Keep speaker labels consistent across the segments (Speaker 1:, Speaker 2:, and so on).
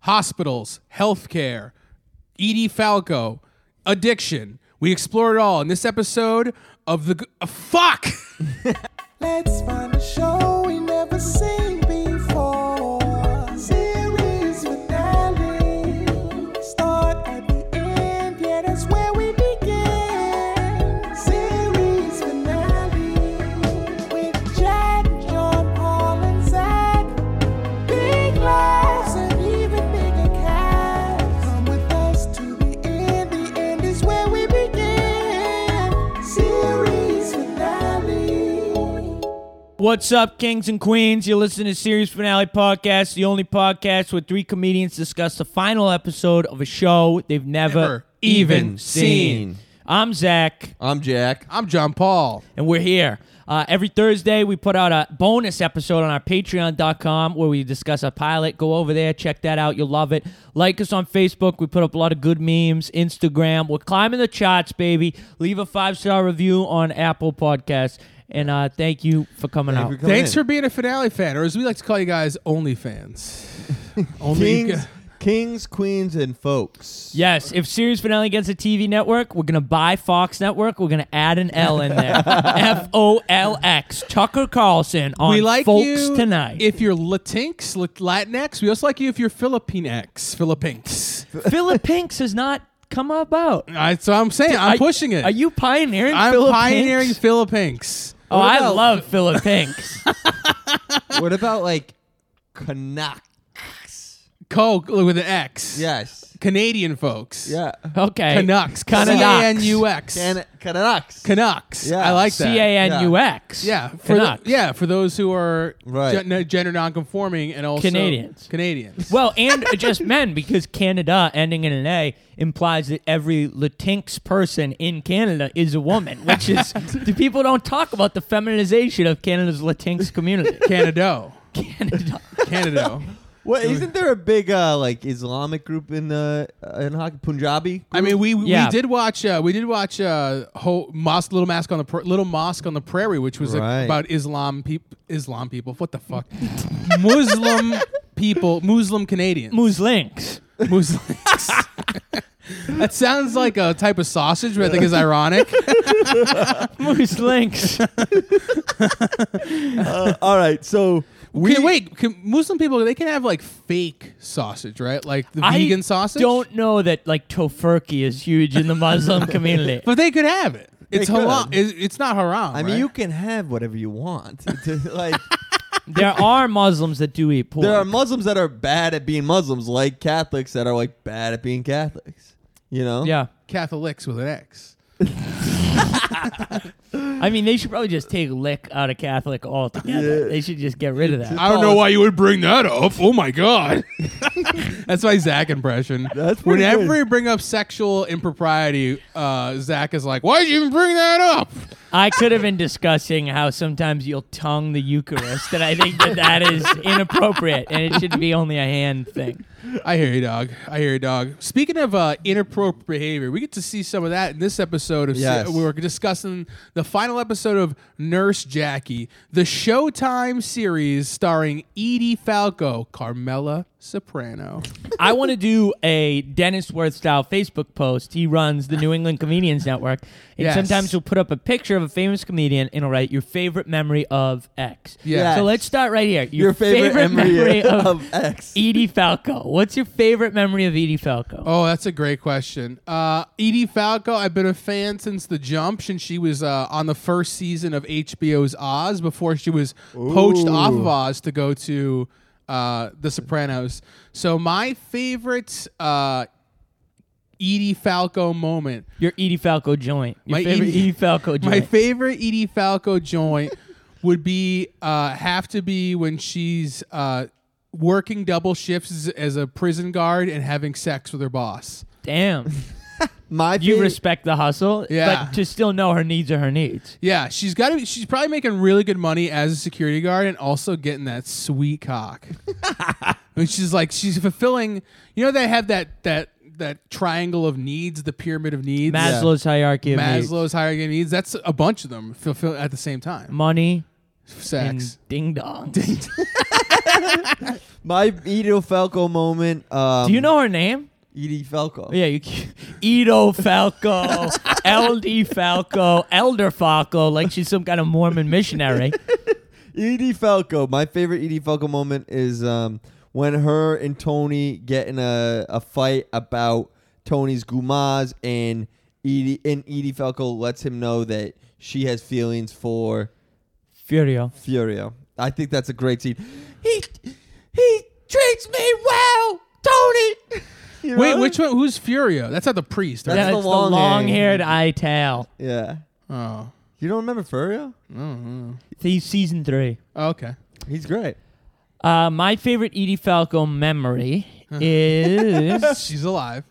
Speaker 1: hospitals, healthcare, Edie Falco, addiction. We explore it all in this episode of the. G- uh, fuck!
Speaker 2: Let's find a show we never seen before. Series finale. Start at the end, yeah, that's where we begin. Series finale with Jack, John, Paul, and Zach. Big laughs and even bigger cats. Come with us to the end. The end is where we begin. Series finale.
Speaker 3: What's up, kings and queens? You listen to Series Finale Podcast, the only podcast where three comedians discuss the final episode of a show they've never,
Speaker 1: Never
Speaker 3: even,
Speaker 1: even
Speaker 3: seen.
Speaker 4: seen.
Speaker 3: I'm Zach,
Speaker 4: I'm Jack.
Speaker 1: I'm John Paul.
Speaker 3: and we're here. Uh, every Thursday, we put out a bonus episode on our Patreon.com where we discuss a pilot. Go over there, check that out. You'll love it. Like us on Facebook. We put up a lot of good memes. Instagram. We're climbing the charts, baby. Leave a five star review on Apple Podcasts. And uh, thank you for coming
Speaker 4: Oh.
Speaker 3: out.
Speaker 1: Thanks for being a finale fan, or as we like to call you guys, only fans. only.
Speaker 4: kings, kings, queens, and folks.
Speaker 3: Yes, if series finale gets a TV network, we're gonna buy Fox Network. We're gonna add an L in there. F O L X. Tucker Carlson on
Speaker 1: we like
Speaker 3: Folks
Speaker 1: you
Speaker 3: tonight.
Speaker 1: If you're Latinx, Lat- Latinx, we also like you if you're Philippinx, Philippinx.
Speaker 3: Philip Pinks has not come about.
Speaker 1: That's what I'm saying. I'm
Speaker 3: Are-
Speaker 1: pushing it.
Speaker 3: Are you pioneering?
Speaker 1: I'm
Speaker 3: Philip
Speaker 1: pioneering
Speaker 3: Pinks?
Speaker 1: Philippinx.
Speaker 3: Oh,
Speaker 4: What
Speaker 3: I
Speaker 4: about-
Speaker 3: love Philip Pinks.
Speaker 4: what about like Canucks?
Speaker 1: Coke uh, with an X.
Speaker 4: Yes.
Speaker 1: Canadian folks.
Speaker 4: Yeah.
Speaker 3: Okay.
Speaker 1: Canucks.
Speaker 3: Canucks.
Speaker 1: C-A-N-U-X.
Speaker 4: Can- Canucks.
Speaker 1: Canucks.
Speaker 4: Yeah.
Speaker 1: I like
Speaker 3: C
Speaker 1: that.
Speaker 3: A N U X.
Speaker 1: yeah, for the,
Speaker 3: Canucks.
Speaker 1: yeah, for those who are
Speaker 4: Right.
Speaker 1: gen- no, gender nonconforming and also
Speaker 3: Canadians.
Speaker 1: Canadians.
Speaker 3: Well, and just men, because Canada ending in an A implies that every Latinx person in Canada is a woman, which is the people don't talk about the feminization of Canada's Latinx community.
Speaker 1: Canado,
Speaker 3: Canada.
Speaker 1: Canado.
Speaker 4: What isn't there a big uh, like Islamic group in uh, in hockey? Punjabi.
Speaker 1: I mean, we
Speaker 3: Yeah.
Speaker 1: we did watch uh, we did watch uh, whole mosque, little mosque on the pra- little mosque on the prairie, which was uh,
Speaker 4: Right.
Speaker 1: about Islam people, Islam people. What the fuck, Muslim people, Muslim Canadians,
Speaker 3: Muslinks.
Speaker 1: Muslims. that sounds like a type of sausage, but I think is ironic.
Speaker 3: Muslinks.
Speaker 4: Uh, all right, so we
Speaker 1: Can- wait, can Muslim people they can have like fake sausage, right? Like the
Speaker 3: I
Speaker 1: vegan sausage.
Speaker 3: don't know that like tofurkey is huge in the Muslim community.
Speaker 1: but they could have it. It's
Speaker 4: could.
Speaker 1: halal. it- It's not haram.
Speaker 4: I mean,
Speaker 1: right?
Speaker 4: you can have whatever you want. To, like
Speaker 3: There are Muslims that do eat pork.
Speaker 4: there are Muslims that are bad at being Muslims, like Catholics that are like bad at being Catholics. You know.
Speaker 3: yeah.
Speaker 1: Catholics with an X.
Speaker 3: I mean, they should probably just take lick out of Catholic altogether. They should just get rid of that.
Speaker 1: I don't know why you would bring that up. Oh my god, that's my Zach impression.
Speaker 4: That's pretty
Speaker 1: whenever
Speaker 4: good.
Speaker 1: you bring up sexual impropriety, uh, Zach is like, "Why'd you even bring that up?"
Speaker 3: I could have been discussing how sometimes you'll tongue the Eucharist, and I think that that is inappropriate, and it should be only a hand thing.
Speaker 1: I hear you, dog. I hear you, dog. Speaking of uh, inappropriate behavior, we get to see some of that in this episode of
Speaker 4: Yes.
Speaker 1: we were discussing the final episode of Nurse Jackie, the Showtime series starring Edie Falco, Carmela Soprano.
Speaker 3: I want to do a Dennis Worth style Facebook post. He runs the New England Comedians Network, and
Speaker 1: Yes.
Speaker 3: sometimes he'll put up a picture of a famous comedian and he'll write your favorite memory of X.
Speaker 1: Yeah.
Speaker 3: So let's start right here.
Speaker 4: Your, favorite, memory, of, X.
Speaker 3: Edie Falco. What's your favorite memory of Edie Falco?
Speaker 1: Oh, that's a great question. Uh, Edie Falco, I've been a fan since the jump, since she was uh, on the first season of HBO's Oz before she was poached off of Oz to go to uh, The Sopranos. So my favorite uh, Edie Falco moment,
Speaker 3: Your Edie Falco joint. Your
Speaker 1: My
Speaker 3: favorite
Speaker 1: Edie-
Speaker 3: Edie, Falco joint.
Speaker 1: my favorite Edie Falco joint would be uh, have to be when she's uh, working double shifts as- as a prison guard and having sex with her boss.
Speaker 3: Damn.
Speaker 4: My
Speaker 3: you
Speaker 4: favorite-
Speaker 3: respect the hustle,
Speaker 1: Yeah.
Speaker 3: but to still know her needs are her needs.
Speaker 1: Yeah, she's got to. She's probably making really good money as a security guard and also getting that sweet cock. I mean, she's like she's fulfilling. You know, they have that that that triangle of needs, the pyramid of needs,
Speaker 3: Maslow's hierarchy of needs.
Speaker 1: Maslow's hierarchy of needs. That's a bunch of
Speaker 3: Mm.
Speaker 1: them fulfill at the same time.
Speaker 3: money
Speaker 1: Sex.
Speaker 3: and ding dong.
Speaker 4: My Edo Falco moment. Um,
Speaker 3: Do you know her name?
Speaker 4: Edie Falco?
Speaker 3: Yeah, you Edo Falco, LD Falco, Elder Falco, like she's some kind of Mormon missionary.
Speaker 4: Edie Falco. My favorite Edie Falco moment is um, when her and Tony get in a, a fight about Tony's gumas, and Edie and Edie Falco lets him know that she has feelings for
Speaker 3: Furio.
Speaker 4: Furio. I think that's a great scene. He he treats me well, Tony. You
Speaker 1: Wait,
Speaker 4: know?
Speaker 1: which one? Who's Furio? That's not the priest. Right?
Speaker 4: That's
Speaker 3: That's
Speaker 4: the
Speaker 3: the
Speaker 4: long
Speaker 3: long-haired eye-tail.
Speaker 4: Yeah.
Speaker 1: Oh,
Speaker 4: You don't remember Furio?
Speaker 3: He's season three.
Speaker 1: okay.
Speaker 4: He's great.
Speaker 3: Uh, my favorite Edie Falco memory is
Speaker 1: She's alive.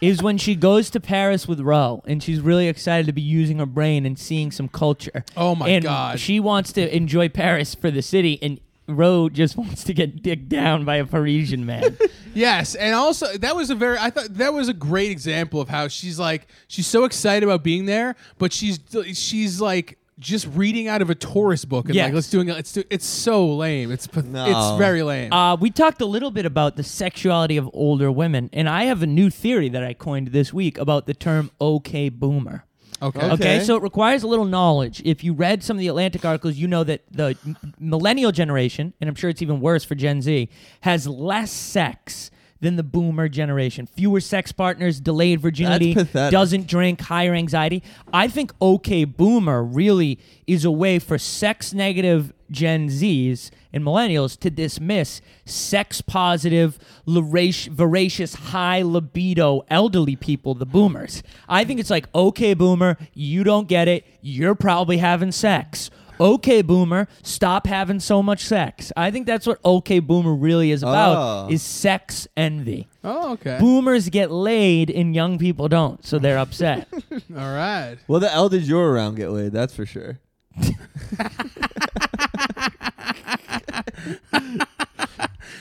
Speaker 3: is when she goes to Paris with Ro, and she's really excited to be using her brain and seeing some culture.
Speaker 1: Oh my
Speaker 3: and
Speaker 1: God.
Speaker 3: She wants to enjoy Paris for the city, and Ro just wants to get dicked down by a Parisian man.
Speaker 1: Yes, and also that was a very I thought that was a great example of how she's like she's so excited about being there, but she's she's like just reading out of a tourist book and
Speaker 3: Yes.
Speaker 1: like let's doing it's do, it's so lame. It's path-
Speaker 4: No.
Speaker 1: it's very lame.
Speaker 3: Uh, we talked a little bit about the sexuality of older women, and I have a new theory that I coined this week about the term "okay boomer."
Speaker 1: okay.
Speaker 3: Okay,
Speaker 4: Okay.
Speaker 3: so it requires a little knowledge. If you read some of the Atlantic articles, you know that the m- millennial generation, and I'm sure it's even worse for Gen Z, has less sex than the boomer generation. Fewer sex partners, delayed virginity,
Speaker 4: pathetic.
Speaker 3: doesn't drink, higher anxiety. I think okay boomer really is a way for sex negative Gen Zs and millennials to dismiss sex positive, larac- voracious, high libido elderly people, the boomers. I think it's like, okay, boomer, you don't get it. You're probably having sex. Okay, boomer, stop having so much sex. I think that's what okay, boomer really is about
Speaker 4: Oh.
Speaker 3: is sex envy.
Speaker 1: Oh, okay.
Speaker 3: Boomers get laid and young people don't, so they're upset.
Speaker 1: All right.
Speaker 4: Well, the elders you're around get laid. That's for sure.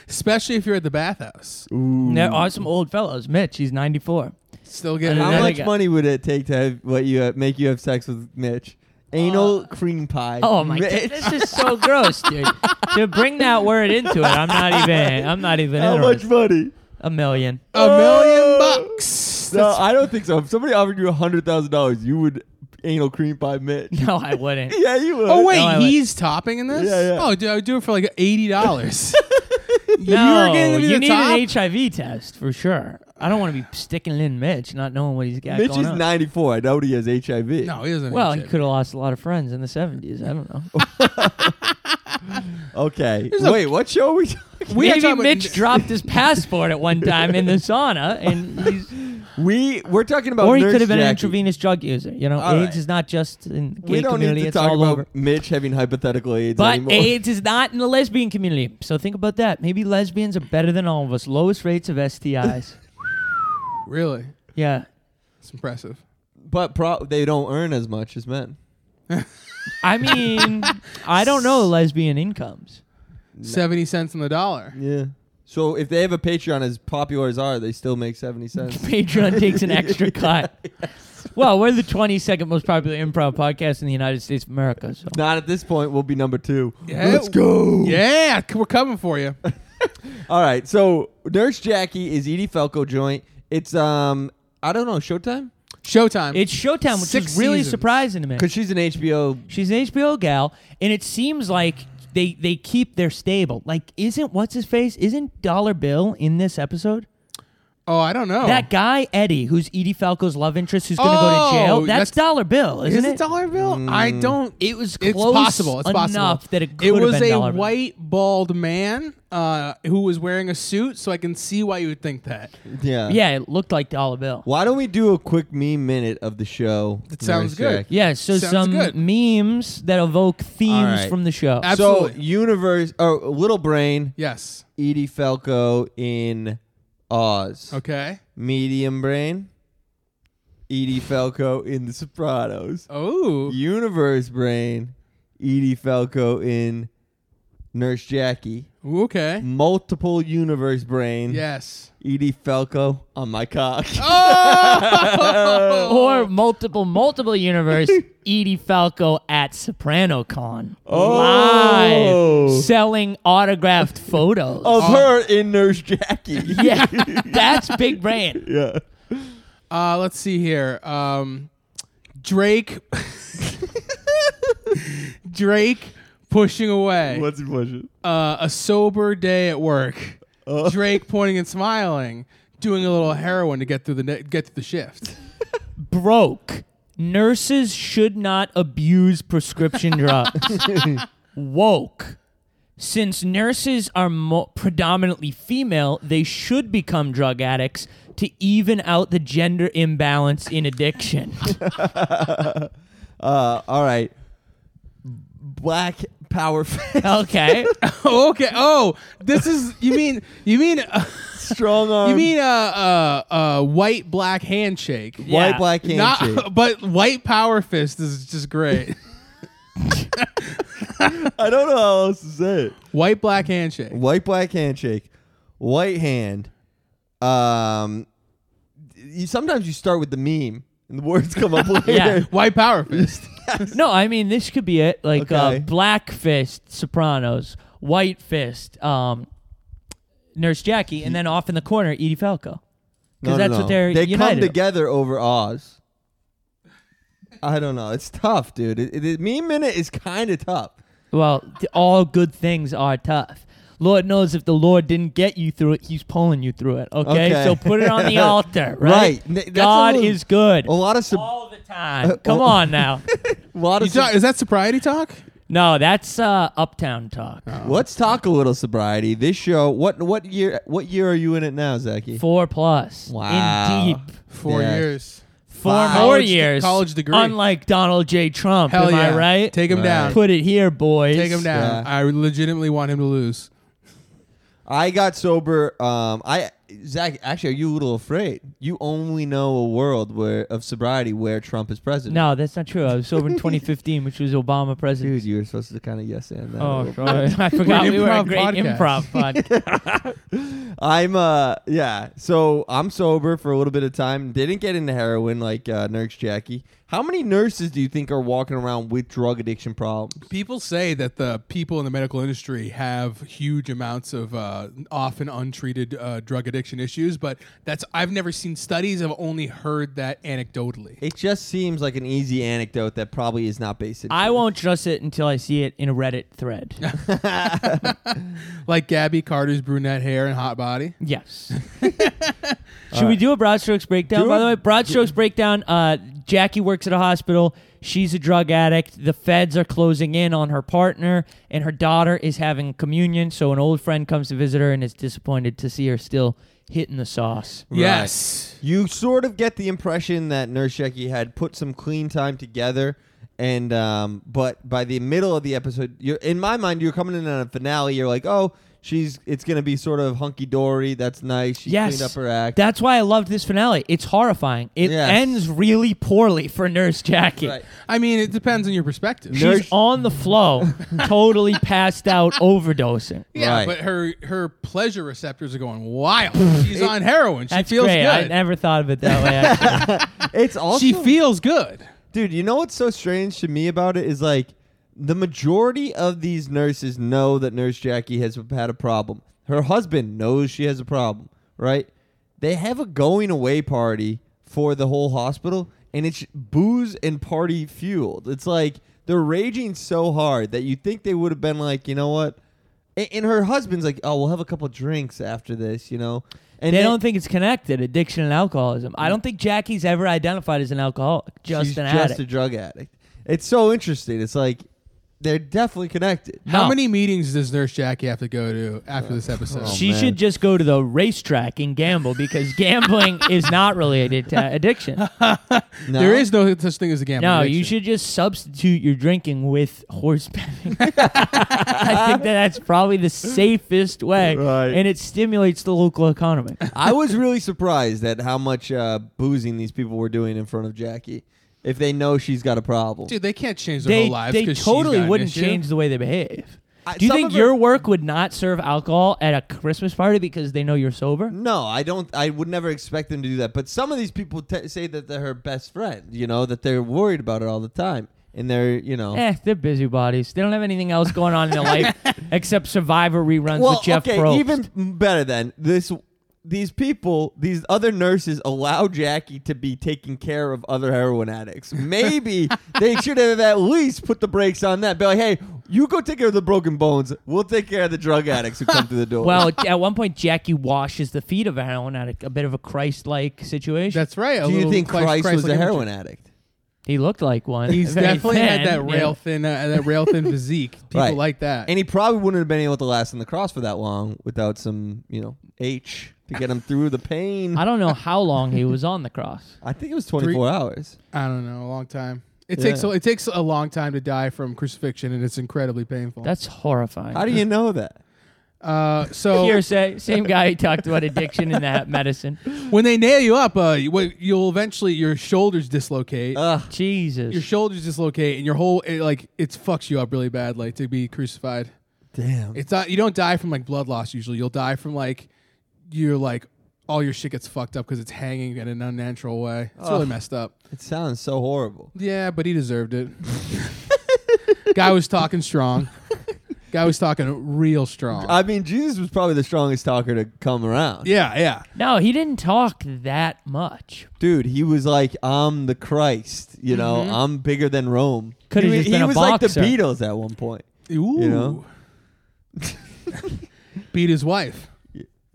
Speaker 1: Especially if you're at the bathhouse.
Speaker 3: there
Speaker 4: Mm.
Speaker 3: are some old fellows. Mitch, he's 94.
Speaker 1: Still getting
Speaker 4: How
Speaker 3: then
Speaker 1: it.
Speaker 3: I
Speaker 4: much
Speaker 3: got-
Speaker 4: money would it take to have what you have, make you have sex with Mitch? Anal cream pie.
Speaker 3: Uh, Oh my god,
Speaker 4: Mitch.
Speaker 3: this is so gross, dude. to bring that word into it, I'm not even. I'm not even.
Speaker 4: How much
Speaker 3: interested.
Speaker 4: money?
Speaker 3: A million.
Speaker 1: a million
Speaker 3: "Oh!"
Speaker 1: bucks.
Speaker 4: No, I don't think so. If somebody offered you a hundred thousand dollars, you would anal cream pie Mitch.
Speaker 3: No, I wouldn't.
Speaker 4: yeah, you would.
Speaker 1: Oh wait,
Speaker 3: No, I like-
Speaker 1: he's topping in this.
Speaker 4: Yeah, yeah.
Speaker 1: Oh, dude, I would do it for like eighty dollars.
Speaker 3: No,
Speaker 1: you were getting to be
Speaker 3: you
Speaker 1: the
Speaker 3: need
Speaker 1: top.
Speaker 3: an HIV test for sure. I don't want to be sticking it in Mitch, not knowing what he's got
Speaker 4: Mitch
Speaker 3: going
Speaker 4: is
Speaker 3: on.
Speaker 4: 94. I doubt he has HIV.
Speaker 1: no, he doesn't.
Speaker 3: well,
Speaker 1: need
Speaker 3: he
Speaker 1: shit.
Speaker 3: could have lost a lot of friends in the 70s. I don't know.
Speaker 4: Okay.
Speaker 1: a-
Speaker 4: Wait, what show are we talking?
Speaker 1: We are
Speaker 3: Maybe
Speaker 1: talking about-
Speaker 3: Mitch dropped his passport at one time in the sauna, and he's,
Speaker 4: We we're talking about.
Speaker 3: or he
Speaker 4: Nurse
Speaker 3: could have been an
Speaker 4: Jackie.
Speaker 3: intravenous drug user. You know,
Speaker 4: All
Speaker 3: AIDS
Speaker 4: right.
Speaker 3: is not just in the gay
Speaker 4: We don't
Speaker 3: community;
Speaker 4: need
Speaker 3: it's
Speaker 4: to talk
Speaker 3: all
Speaker 4: about
Speaker 3: over.
Speaker 4: Mitch having hypothetical AIDS
Speaker 3: But
Speaker 4: anymore.
Speaker 3: AIDS is not in the lesbian community. So think about that. Maybe lesbians are better than all of us. Lowest rates of STIs.
Speaker 1: really.
Speaker 3: yeah.
Speaker 1: It's impressive.
Speaker 4: But pro- they don't earn as much as men.
Speaker 3: I mean, I don't know lesbian incomes.
Speaker 1: Seventy cents on the dollar.
Speaker 4: Yeah. So if they have a Patreon as popular as ours, they still make seventy cents.
Speaker 3: Patreon takes an extra cut. Well, we're the 22nd most popular improv podcast in the United States of America. So.
Speaker 4: Not at this point. We'll be number two.
Speaker 1: Yeah.
Speaker 4: Let's go.
Speaker 1: Yeah, c- we're coming for you.
Speaker 4: All right. So Nurse Jackie is Edie Falco joint. It's um I don't know Showtime
Speaker 1: Showtime.
Speaker 3: It's Showtime, which
Speaker 1: Six
Speaker 3: is really
Speaker 1: seasons.
Speaker 3: surprising to me.
Speaker 4: because she's an HBO.
Speaker 3: She's an HBO gal, and it seems like they, they keep their stable. Like, isn't what's his face? Isn't Dollar Bill in this episode?
Speaker 1: oh, I don't know.
Speaker 3: That guy Eddie, who's Edie Falco's love interest, who's going to go
Speaker 1: Oh,
Speaker 3: to jail. That's,
Speaker 1: that's-
Speaker 3: Dollar Bill, isn't
Speaker 1: is
Speaker 3: it?
Speaker 1: it dollar bill? Mm. I don't.
Speaker 3: it was close
Speaker 1: it's possible. It's
Speaker 3: enough
Speaker 1: possible.
Speaker 3: that it could
Speaker 1: It
Speaker 3: have
Speaker 1: was
Speaker 3: been
Speaker 1: a
Speaker 3: Dollar Bill.
Speaker 1: white bald man uh, who was wearing a suit, so I can see why you would think that.
Speaker 4: Yeah.
Speaker 3: Yeah, it looked like Dollar Bill.
Speaker 4: Why don't we do a quick meme minute of the show?
Speaker 1: That sounds
Speaker 4: Nurse
Speaker 1: good.
Speaker 4: Jackie?
Speaker 3: Yeah, so
Speaker 1: Sounds
Speaker 3: some
Speaker 1: good.
Speaker 3: memes that evoke themes
Speaker 4: All right.
Speaker 3: from the show.
Speaker 1: Ab-
Speaker 4: So
Speaker 1: Absolutely.
Speaker 4: universe or Little Brain,
Speaker 1: Yes.
Speaker 4: Edie Falco in Oz.
Speaker 1: Okay.
Speaker 4: Medium Brain, Edie Falco in The Sopranos.
Speaker 1: Oh.
Speaker 4: Universe Brain, Edie Falco in Nurse Jackie.
Speaker 1: Ooh, okay.
Speaker 4: Mm. multiple universe brain.
Speaker 1: Yes.
Speaker 4: Edie Falco on my cock.
Speaker 1: Oh!
Speaker 3: Or multiple, multiple universe, Edie Falco at SopranoCon.
Speaker 4: Oh.
Speaker 3: Live. Selling autographed photos.
Speaker 1: Oh.
Speaker 4: Of her in Nurse Jackie.
Speaker 3: Yeah. That's big brain.
Speaker 4: yeah.
Speaker 1: Uh, let's see here. Um, Drake. Drake pushing away.
Speaker 4: What's your question?
Speaker 1: Uh, a sober day at work. Drake pointing and smiling, doing a little heroin to get through the ne- get through the shift.
Speaker 3: Broke. Nurses should not abuse prescription drugs. Woke. Since nurses are mo- predominantly female, they should become drug addicts to even out the gender imbalance in addiction.
Speaker 4: Uh, all right. Black power fan.
Speaker 3: Okay.
Speaker 1: okay. Oh, this is you mean you mean uh,
Speaker 4: Strong arm.
Speaker 1: you mean a uh, uh, uh, white black handshake.
Speaker 4: white
Speaker 3: Yeah.
Speaker 4: black handshake?
Speaker 1: Not, but white power fist is just great.
Speaker 4: I don't know how else to say it.
Speaker 1: white black handshake.
Speaker 4: White black handshake. White hand. Um. You, sometimes you start with the meme and the words come up later.
Speaker 3: Yeah.
Speaker 1: White power fist.
Speaker 3: No, I mean this could be it. Like uh,
Speaker 4: Okay.
Speaker 3: Black Fist, Sopranos, White Fist, um, Nurse Jackie, and then off in the corner, Edie Falco.
Speaker 4: No, no,
Speaker 3: Because that's
Speaker 4: no.
Speaker 3: what they're
Speaker 4: They
Speaker 3: united.
Speaker 4: come together over Oz. I don't know. It's tough, dude. It, it, meme minute is kind of tough.
Speaker 3: Well, th- all good things are tough. Lord knows if the Lord didn't get you through it, He's pulling you through it. Okay,
Speaker 4: Okay.
Speaker 3: so put it on the altar,
Speaker 4: Right.
Speaker 3: right?
Speaker 4: N- that's a
Speaker 3: God
Speaker 4: little-
Speaker 3: is good
Speaker 4: A
Speaker 1: Oh,
Speaker 4: lot of sub-
Speaker 3: all the time.
Speaker 4: Uh,
Speaker 3: Come
Speaker 4: oh.
Speaker 3: on now.
Speaker 4: a lot of
Speaker 1: You talk-
Speaker 4: sub-
Speaker 1: is that sobriety talk?
Speaker 3: no, that's uh, Uptown talk.
Speaker 4: Let's talk a little sobriety. This show, what what year what year are you in it now, Zachy?
Speaker 3: Four plus.
Speaker 4: Wow.
Speaker 3: Indeed.
Speaker 1: Four
Speaker 4: Yeah.
Speaker 1: years.
Speaker 3: Four
Speaker 4: Wow.
Speaker 3: more
Speaker 1: College de-
Speaker 3: years.
Speaker 1: college degree.
Speaker 3: Unlike Donald J. Trump.
Speaker 1: Hell
Speaker 3: am
Speaker 1: yeah!
Speaker 3: I right?
Speaker 1: Take him
Speaker 4: Right.
Speaker 1: down.
Speaker 3: Put it here, boys.
Speaker 1: Take him down.
Speaker 4: Yeah.
Speaker 1: I legitimately want him to lose.
Speaker 4: I got sober. Um, I Zach, actually, are you a little afraid? You only know a world where of sobriety where Trump is president.
Speaker 3: No, that's not true. I was sober in 2015, which was Obama president.
Speaker 4: dude, you were supposed to kind of yes and that. a
Speaker 3: Oh,
Speaker 4: little
Speaker 3: sorry. I forgot
Speaker 1: We're an
Speaker 3: we were a
Speaker 1: improv
Speaker 3: great
Speaker 1: podcast.
Speaker 3: improv podcast.
Speaker 4: I'm uh yeah. So I'm sober for a little bit of time. Didn't get into heroin like uh, Nurse Jackie. How many nurses do you think are walking around with drug addiction problems?
Speaker 1: People say that the people in the medical industry have huge amounts of uh, often untreated uh, drug addiction issues, but that's I've never seen studies. I've only heard that anecdotally.
Speaker 4: It just seems like an easy anecdote that probably is not based in.
Speaker 3: I
Speaker 4: truth.
Speaker 3: won't trust it until I see it in a Reddit thread.
Speaker 1: Like Gabby Carter's brunette hair and hot body.
Speaker 3: yes. Should we do a broad strokes breakdown?
Speaker 4: Do
Speaker 3: By
Speaker 4: it.
Speaker 3: the way, broad strokes breakdown. Uh, Jackie works at a hospital. She's a drug addict. The feds are closing in on her partner, and her daughter is having communion. So an old friend comes to visit her and is disappointed to see her still hitting the sauce.
Speaker 1: Yes.
Speaker 4: You sort of get the impression that Nurse Jackie had put some clean time together, and um, but by the middle of the episode, you're, in my mind, you're coming in on a finale. You're like, oh, she's it's gonna be sort of hunky dory. That's nice. She
Speaker 3: Yes.
Speaker 4: cleaned up her act.
Speaker 3: That's why I loved this finale. It's horrifying. It
Speaker 4: Yes.
Speaker 3: ends really poorly for Nurse Jackie.
Speaker 4: Right.
Speaker 1: I mean, it depends on your perspective.
Speaker 4: Nurse-
Speaker 3: She's on the flow, totally passed out, overdosing.
Speaker 1: yeah,
Speaker 4: Right.
Speaker 1: but her her pleasure receptors are going wild. She's on heroin. She
Speaker 3: That's
Speaker 1: feels
Speaker 3: great. I
Speaker 1: good.
Speaker 3: never thought of it that way. actually.
Speaker 4: It's also
Speaker 1: she feels good.
Speaker 4: Dude, you know what's so strange to me about it is like the majority of these nurses know that Nurse Jackie has had a problem. Her husband knows she has a problem, right? They have a going away party for the whole hospital, and it's booze and party fueled. It's like they're raging so hard that you think they would have been like, you know what? A- And her husband's like, oh, we'll have a couple drinks after this, you know? And
Speaker 3: they
Speaker 4: then-
Speaker 3: don't think it's connected, addiction and alcoholism. I don't think Jackie's ever identified as an alcoholic, just
Speaker 4: she's
Speaker 3: an
Speaker 4: just
Speaker 3: addict.
Speaker 4: a drug addict. It's so interesting. It's like they're definitely connected.
Speaker 1: How
Speaker 3: No.
Speaker 1: many meetings does Nurse Jackie have to go to after this episode?
Speaker 4: Oh,
Speaker 3: she
Speaker 4: man.
Speaker 3: should just go to the racetrack and gamble because gambling is not related to addiction.
Speaker 4: No?
Speaker 1: There is no such thing as a gambling.
Speaker 3: No,
Speaker 1: addiction.
Speaker 3: you should just substitute your drinking with horse betting. I think that that's probably the safest way,
Speaker 4: Right.
Speaker 3: and it stimulates the local economy.
Speaker 4: I was really surprised at how much uh, boozing these people were doing in front of Jackie. If they know she's got a problem,
Speaker 1: Dude, they can't change their
Speaker 3: they
Speaker 1: whole lives.
Speaker 3: they
Speaker 1: 'cause she's
Speaker 3: totally
Speaker 1: got an
Speaker 3: wouldn't
Speaker 1: issue.
Speaker 3: change the way they behave.
Speaker 4: I-
Speaker 3: Do you
Speaker 4: some
Speaker 3: think
Speaker 4: of it-
Speaker 3: your work would not serve alcohol at a Christmas party because they know you're sober?
Speaker 4: No, I don't. I would never expect them to do that. But some of these people t- say that they're her best friend. You know that they're worried about it all the time, and they're you know.
Speaker 3: Eh, they're busybodies. They don't have anything else going on in their life except Survivor reruns
Speaker 4: well,
Speaker 3: with Jeff
Speaker 4: okay,
Speaker 3: Probst.
Speaker 4: even better than this. These people, these other nurses, allow Jackie to be taking care of other heroin addicts. Maybe they should have at least put the brakes on that. Be like, hey, you go take care of the broken bones. We'll take care of the drug addicts who come through the door.
Speaker 3: well, at one point, Jackie washes the feet of a heroin addict. A bit of a Christ-like situation.
Speaker 1: That's right. a
Speaker 4: do you
Speaker 1: little
Speaker 4: think Christ, was a
Speaker 1: like
Speaker 4: heroin
Speaker 1: image.
Speaker 4: addict?
Speaker 3: he looked like one.
Speaker 1: He's
Speaker 3: Very
Speaker 1: definitely had
Speaker 3: thin,
Speaker 1: that
Speaker 3: yeah.
Speaker 1: rail thin, uh, that rail thin physique. People
Speaker 4: Right.
Speaker 1: like that.
Speaker 4: And he probably wouldn't have been able to last on the cross for that long without some, you know, H to get him through the pain.
Speaker 3: I
Speaker 4: I,
Speaker 3: don't know how long he was on the cross.
Speaker 4: think it was 24 hours.
Speaker 1: I don't know, a long time. It
Speaker 4: Yeah.
Speaker 1: takes a, it takes a long time to die from crucifixion, and it's incredibly painful.
Speaker 3: That's horrifying.
Speaker 4: How do you know that?
Speaker 1: uh, so
Speaker 3: Hearsay. Same guy who talked about addiction and that medicine.
Speaker 1: when they nail you up, uh, you- what- you'll eventually your shoulders dislocate.
Speaker 4: Ugh.
Speaker 3: Jesus.
Speaker 1: your shoulders dislocate, and your whole it, like it fucks you up really bad. Like to be crucified.
Speaker 4: Damn.
Speaker 1: It's not you don't die from like blood loss usually. You'll die from like you're like all your shit gets fucked up because it's hanging in an unnatural way. It's really messed up.
Speaker 4: It sounds so horrible.
Speaker 1: Yeah, but he deserved it. Guy was talking strong. Guy was talking real strong.
Speaker 4: I mean, Jesus was probably the strongest talker to come around.
Speaker 1: yeah, yeah.
Speaker 3: No, he didn't talk that much.
Speaker 4: Dude, he was like, I'm the Christ. You know,
Speaker 1: Mm-hmm.
Speaker 4: I'm bigger than Rome.
Speaker 3: Coulda
Speaker 4: he
Speaker 3: just
Speaker 4: was,
Speaker 3: been
Speaker 4: he
Speaker 3: a
Speaker 4: was
Speaker 3: boxer.
Speaker 4: like the Beatles at one point.
Speaker 1: Ooh.
Speaker 4: know?
Speaker 1: Beat his wife.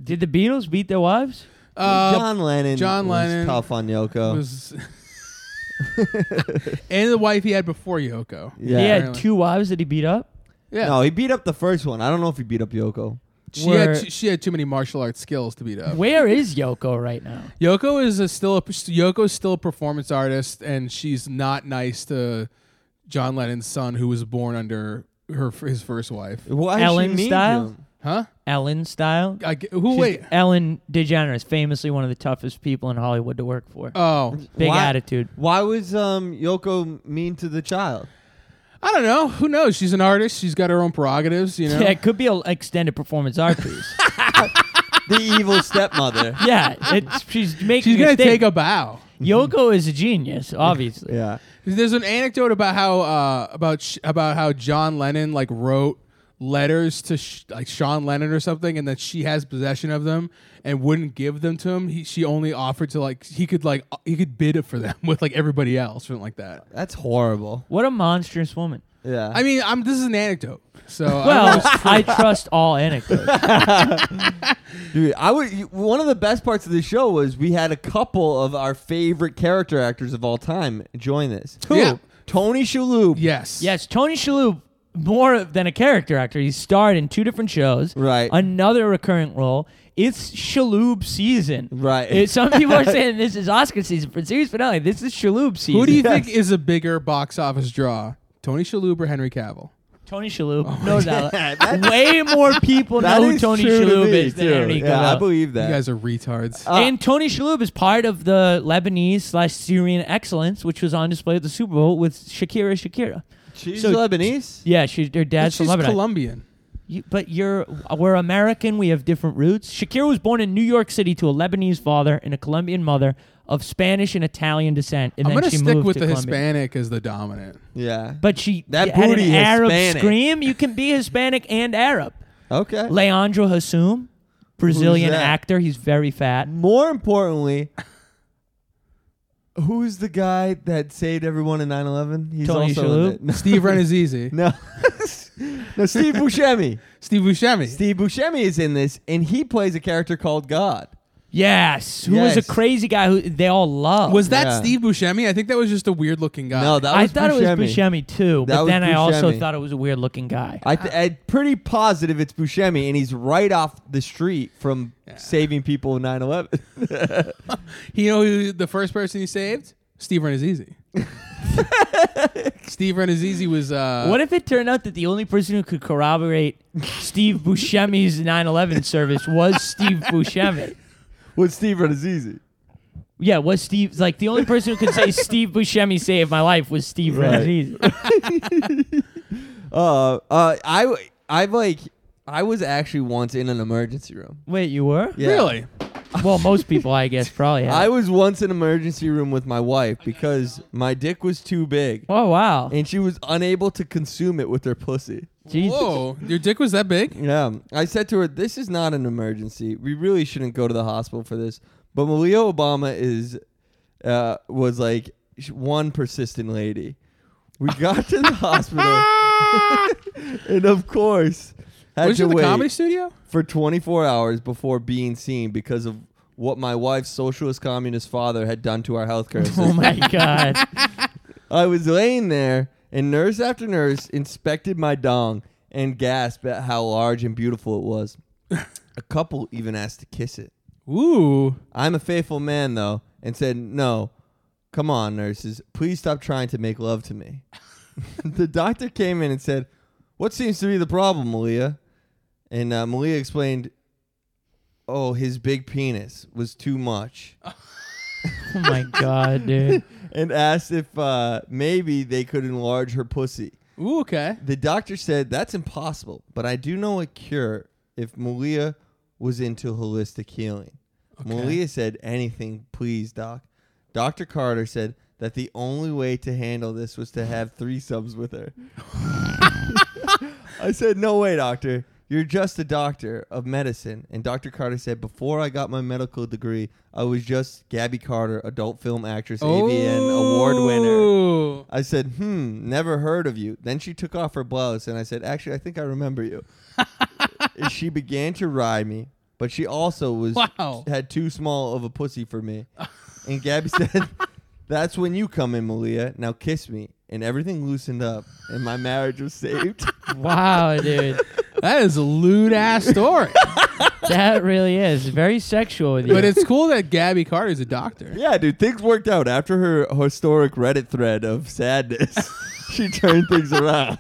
Speaker 3: Did the Beatles beat their wives?
Speaker 1: Uh,
Speaker 4: John Lennon.
Speaker 1: John
Speaker 4: was
Speaker 1: Lennon
Speaker 4: tough on Yoko.
Speaker 1: was and the wife he had before Yoko.
Speaker 4: yeah.
Speaker 3: he had
Speaker 1: apparently.
Speaker 3: two wives that he beat up.
Speaker 1: Yeah.
Speaker 4: No, he beat up the first one. I don't know if he beat up Yoko.
Speaker 1: she had
Speaker 3: Were-
Speaker 1: she, she had too many martial arts skills to beat up.
Speaker 3: Where is Yoko right now?
Speaker 1: Yoko is a still a, Yoko's still a performance artist, and she's not nice to John Lennon's son, who was born under her his first wife.
Speaker 4: Why is she
Speaker 3: Ellen
Speaker 4: mean to
Speaker 3: style?
Speaker 4: him?
Speaker 1: Huh?
Speaker 3: Ellen style.
Speaker 1: I, g- who
Speaker 3: She's-
Speaker 1: wait?
Speaker 3: Ellen DeGeneres, famously one of the toughest people in Hollywood to work for.
Speaker 1: Oh,
Speaker 3: Big
Speaker 4: why-
Speaker 3: attitude.
Speaker 4: Why was um, Yoko mean to the child?
Speaker 1: I don't know. Who knows? She's an artist. She's got her own prerogatives. You know.
Speaker 3: Yeah, it could be an extended performance art piece.
Speaker 4: The evil stepmother.
Speaker 3: yeah, it's, she's making.
Speaker 1: She's gonna
Speaker 3: mistake.
Speaker 1: take a bow.
Speaker 3: Yoko is a genius, obviously.
Speaker 4: Yeah.
Speaker 1: There's an anecdote about how uh, about sh- about how John Lennon like wrote letters to sh- like Sean Lennon or something, and that she has possession of them and wouldn't give them to him. He, she only offered to like he could like he could bid it for them with like everybody else, something like that.
Speaker 4: That's horrible.
Speaker 3: What a monstrous woman.
Speaker 4: Yeah.
Speaker 1: I mean, I'm this is an anecdote, so I
Speaker 3: Well,
Speaker 1: was-
Speaker 3: I trust all anecdotes.
Speaker 4: Dude, I would. you- One of the best parts of the show was we had a couple of our favorite character actors of all time join this.
Speaker 1: Who? Yeah.
Speaker 4: Tony Shalhoub.
Speaker 1: yes,
Speaker 3: Yes, Tony Shalhoub, more than a character actor, he starred in two different shows.
Speaker 4: Right.
Speaker 3: Another recurring role. It's Shalhoub season.
Speaker 4: Right.
Speaker 3: It- some people are saying this is Oscar season for series finale. This is Shalhoub season.
Speaker 1: Who do you
Speaker 4: Yes.
Speaker 1: think is a bigger box office draw, Tony Shalhoub or Henry Cavill?
Speaker 3: Tony Shalhoub.
Speaker 4: Oh
Speaker 3: no doubt.
Speaker 4: that's-
Speaker 3: Way more people
Speaker 4: That
Speaker 3: know who
Speaker 4: is
Speaker 3: Tony
Speaker 4: true to
Speaker 3: Shalhoub
Speaker 4: me,
Speaker 3: is than
Speaker 4: too.
Speaker 3: Henry
Speaker 4: Yeah, I
Speaker 3: Cavill.
Speaker 4: believe uh, that.
Speaker 1: You guys are retards.
Speaker 3: and Tony Shalhoub is part of the Lebanese slash Syrian excellence, which was on display at the Super Bowl with Shakira Shakira.
Speaker 4: She's
Speaker 3: so-
Speaker 4: Lebanese.
Speaker 3: Yeah, she, her dad's
Speaker 1: She's
Speaker 3: from Lebanon.
Speaker 1: Colombian.
Speaker 3: You, but you're we're American. We have different roots. Shakira was born in New York City to a Lebanese father and a Colombian mother of Spanish and Italian descent, and
Speaker 1: I'm
Speaker 3: then
Speaker 1: gonna
Speaker 3: she
Speaker 1: stick
Speaker 3: moved
Speaker 1: with
Speaker 3: to
Speaker 1: the
Speaker 3: Colombia.
Speaker 1: Hispanic as the dominant.
Speaker 4: Yeah.
Speaker 3: But she
Speaker 4: That
Speaker 3: had
Speaker 4: booty
Speaker 3: an Arab
Speaker 4: Hispanic.
Speaker 3: scream. You can be Hispanic and Arab.
Speaker 4: Okay.
Speaker 3: Leandro Hassoum, Brazilian
Speaker 4: that?
Speaker 3: actor. He's very fat.
Speaker 4: More importantly, who's the guy that saved everyone in 9/11? He's
Speaker 3: Tony
Speaker 4: also in
Speaker 3: Shalhoub?
Speaker 4: it. No.
Speaker 1: Steve Renazizi.
Speaker 4: No. no, Steve Buscemi.
Speaker 1: Steve Buscemi.
Speaker 4: Steve Buscemi is in this, and he plays a character called God.
Speaker 3: Yes, who was
Speaker 4: Yes.
Speaker 3: a crazy guy who they all love.
Speaker 1: Was that
Speaker 4: Yeah.
Speaker 1: Steve Buscemi? I think that was just a weird looking guy.
Speaker 4: No, that
Speaker 3: I
Speaker 4: was
Speaker 3: thought
Speaker 4: Buscemi.
Speaker 3: it was Buscemi too,
Speaker 4: That
Speaker 3: but
Speaker 4: was
Speaker 3: then I also
Speaker 4: Buscemi.
Speaker 3: thought it was a weird looking guy.
Speaker 4: I th- I'm pretty positive it's Buscemi, and he's right off the street from saving people in 9/11.
Speaker 1: you know who the first person he saved? Steve Renazizi. Steve Renazizi was uh
Speaker 3: What if it turned out that the only person who could corroborate Steve Buscemi's 9/11 service was Steve Buscemi?
Speaker 4: With Steve Renazizi.
Speaker 3: Yeah, was Steve like the only person who could say Steve Buscemi saved my life was Steve
Speaker 4: Right.
Speaker 3: Renazizi?
Speaker 4: Uh, uh, I w- I've like I was actually once in an emergency room.
Speaker 3: Wait, you were?
Speaker 4: Yeah.
Speaker 1: Really?
Speaker 3: Well, most people, I guess, probably. Have.
Speaker 4: I was once in an emergency room with my wife because my dick was too big
Speaker 3: oh wow.
Speaker 4: and she was unable to consume it with her pussy.
Speaker 3: Jesus.
Speaker 1: Whoa, your dick was that big?
Speaker 4: Yeah. I said to her, This is not an emergency. We really shouldn't go to the hospital for this. But Malia Obama is uh, was like sh- one persistent lady. We got to the hospital and of course had
Speaker 1: Was
Speaker 4: to
Speaker 1: you in the
Speaker 4: wait
Speaker 1: comedy studio?
Speaker 4: for 24 hours before being seen because of what my wife's socialist communist father had done to our healthcare
Speaker 3: Oh
Speaker 4: system.
Speaker 3: my god.
Speaker 4: I was laying there, and nurse after nurse inspected my dong and gasped at how large and beautiful it was. a couple even asked to kiss it.
Speaker 1: Ooh.
Speaker 4: I'm a faithful man, though, and said, No, come on, nurses. Please stop trying to make love to me. the doctor came in and said, What seems to be the problem, Malia? And uh, Malia explained, Oh, his big penis was too much.
Speaker 3: Oh my god, dude.
Speaker 4: and asked if uh, maybe they could enlarge her pussy.
Speaker 1: Ooh, okay.
Speaker 4: The doctor said that's impossible, but I do know a cure if Malia was into holistic healing. Malia said anything, please, doc. Dr. Carter said that the only way to handle this was to have threesomes with her. I said, no way, doctor. You're just a doctor of medicine. And Dr. Carter said, before I got my medical degree, I was just Gabby Carter, adult film actress, AVN award
Speaker 1: Oh.
Speaker 4: winner.
Speaker 1: Ooh.
Speaker 4: I said, hmm, never heard of you. Then she took off her blouse, and I said, actually, I think I remember you. And she began to ride me, but she also was
Speaker 1: Wow.
Speaker 4: had too small of a pussy for me. and Gabby said, that's when you come in, Malia. Now kiss me. And everything loosened up, and my marriage was saved.
Speaker 3: Wow, dude.
Speaker 1: That is a lewd ass story.
Speaker 3: That really is very sexual with you.
Speaker 1: but it's cool that Gabby Carter is a doctor.
Speaker 4: yeah, dude, things worked out after her historic Reddit thread of sadness. she turned things around.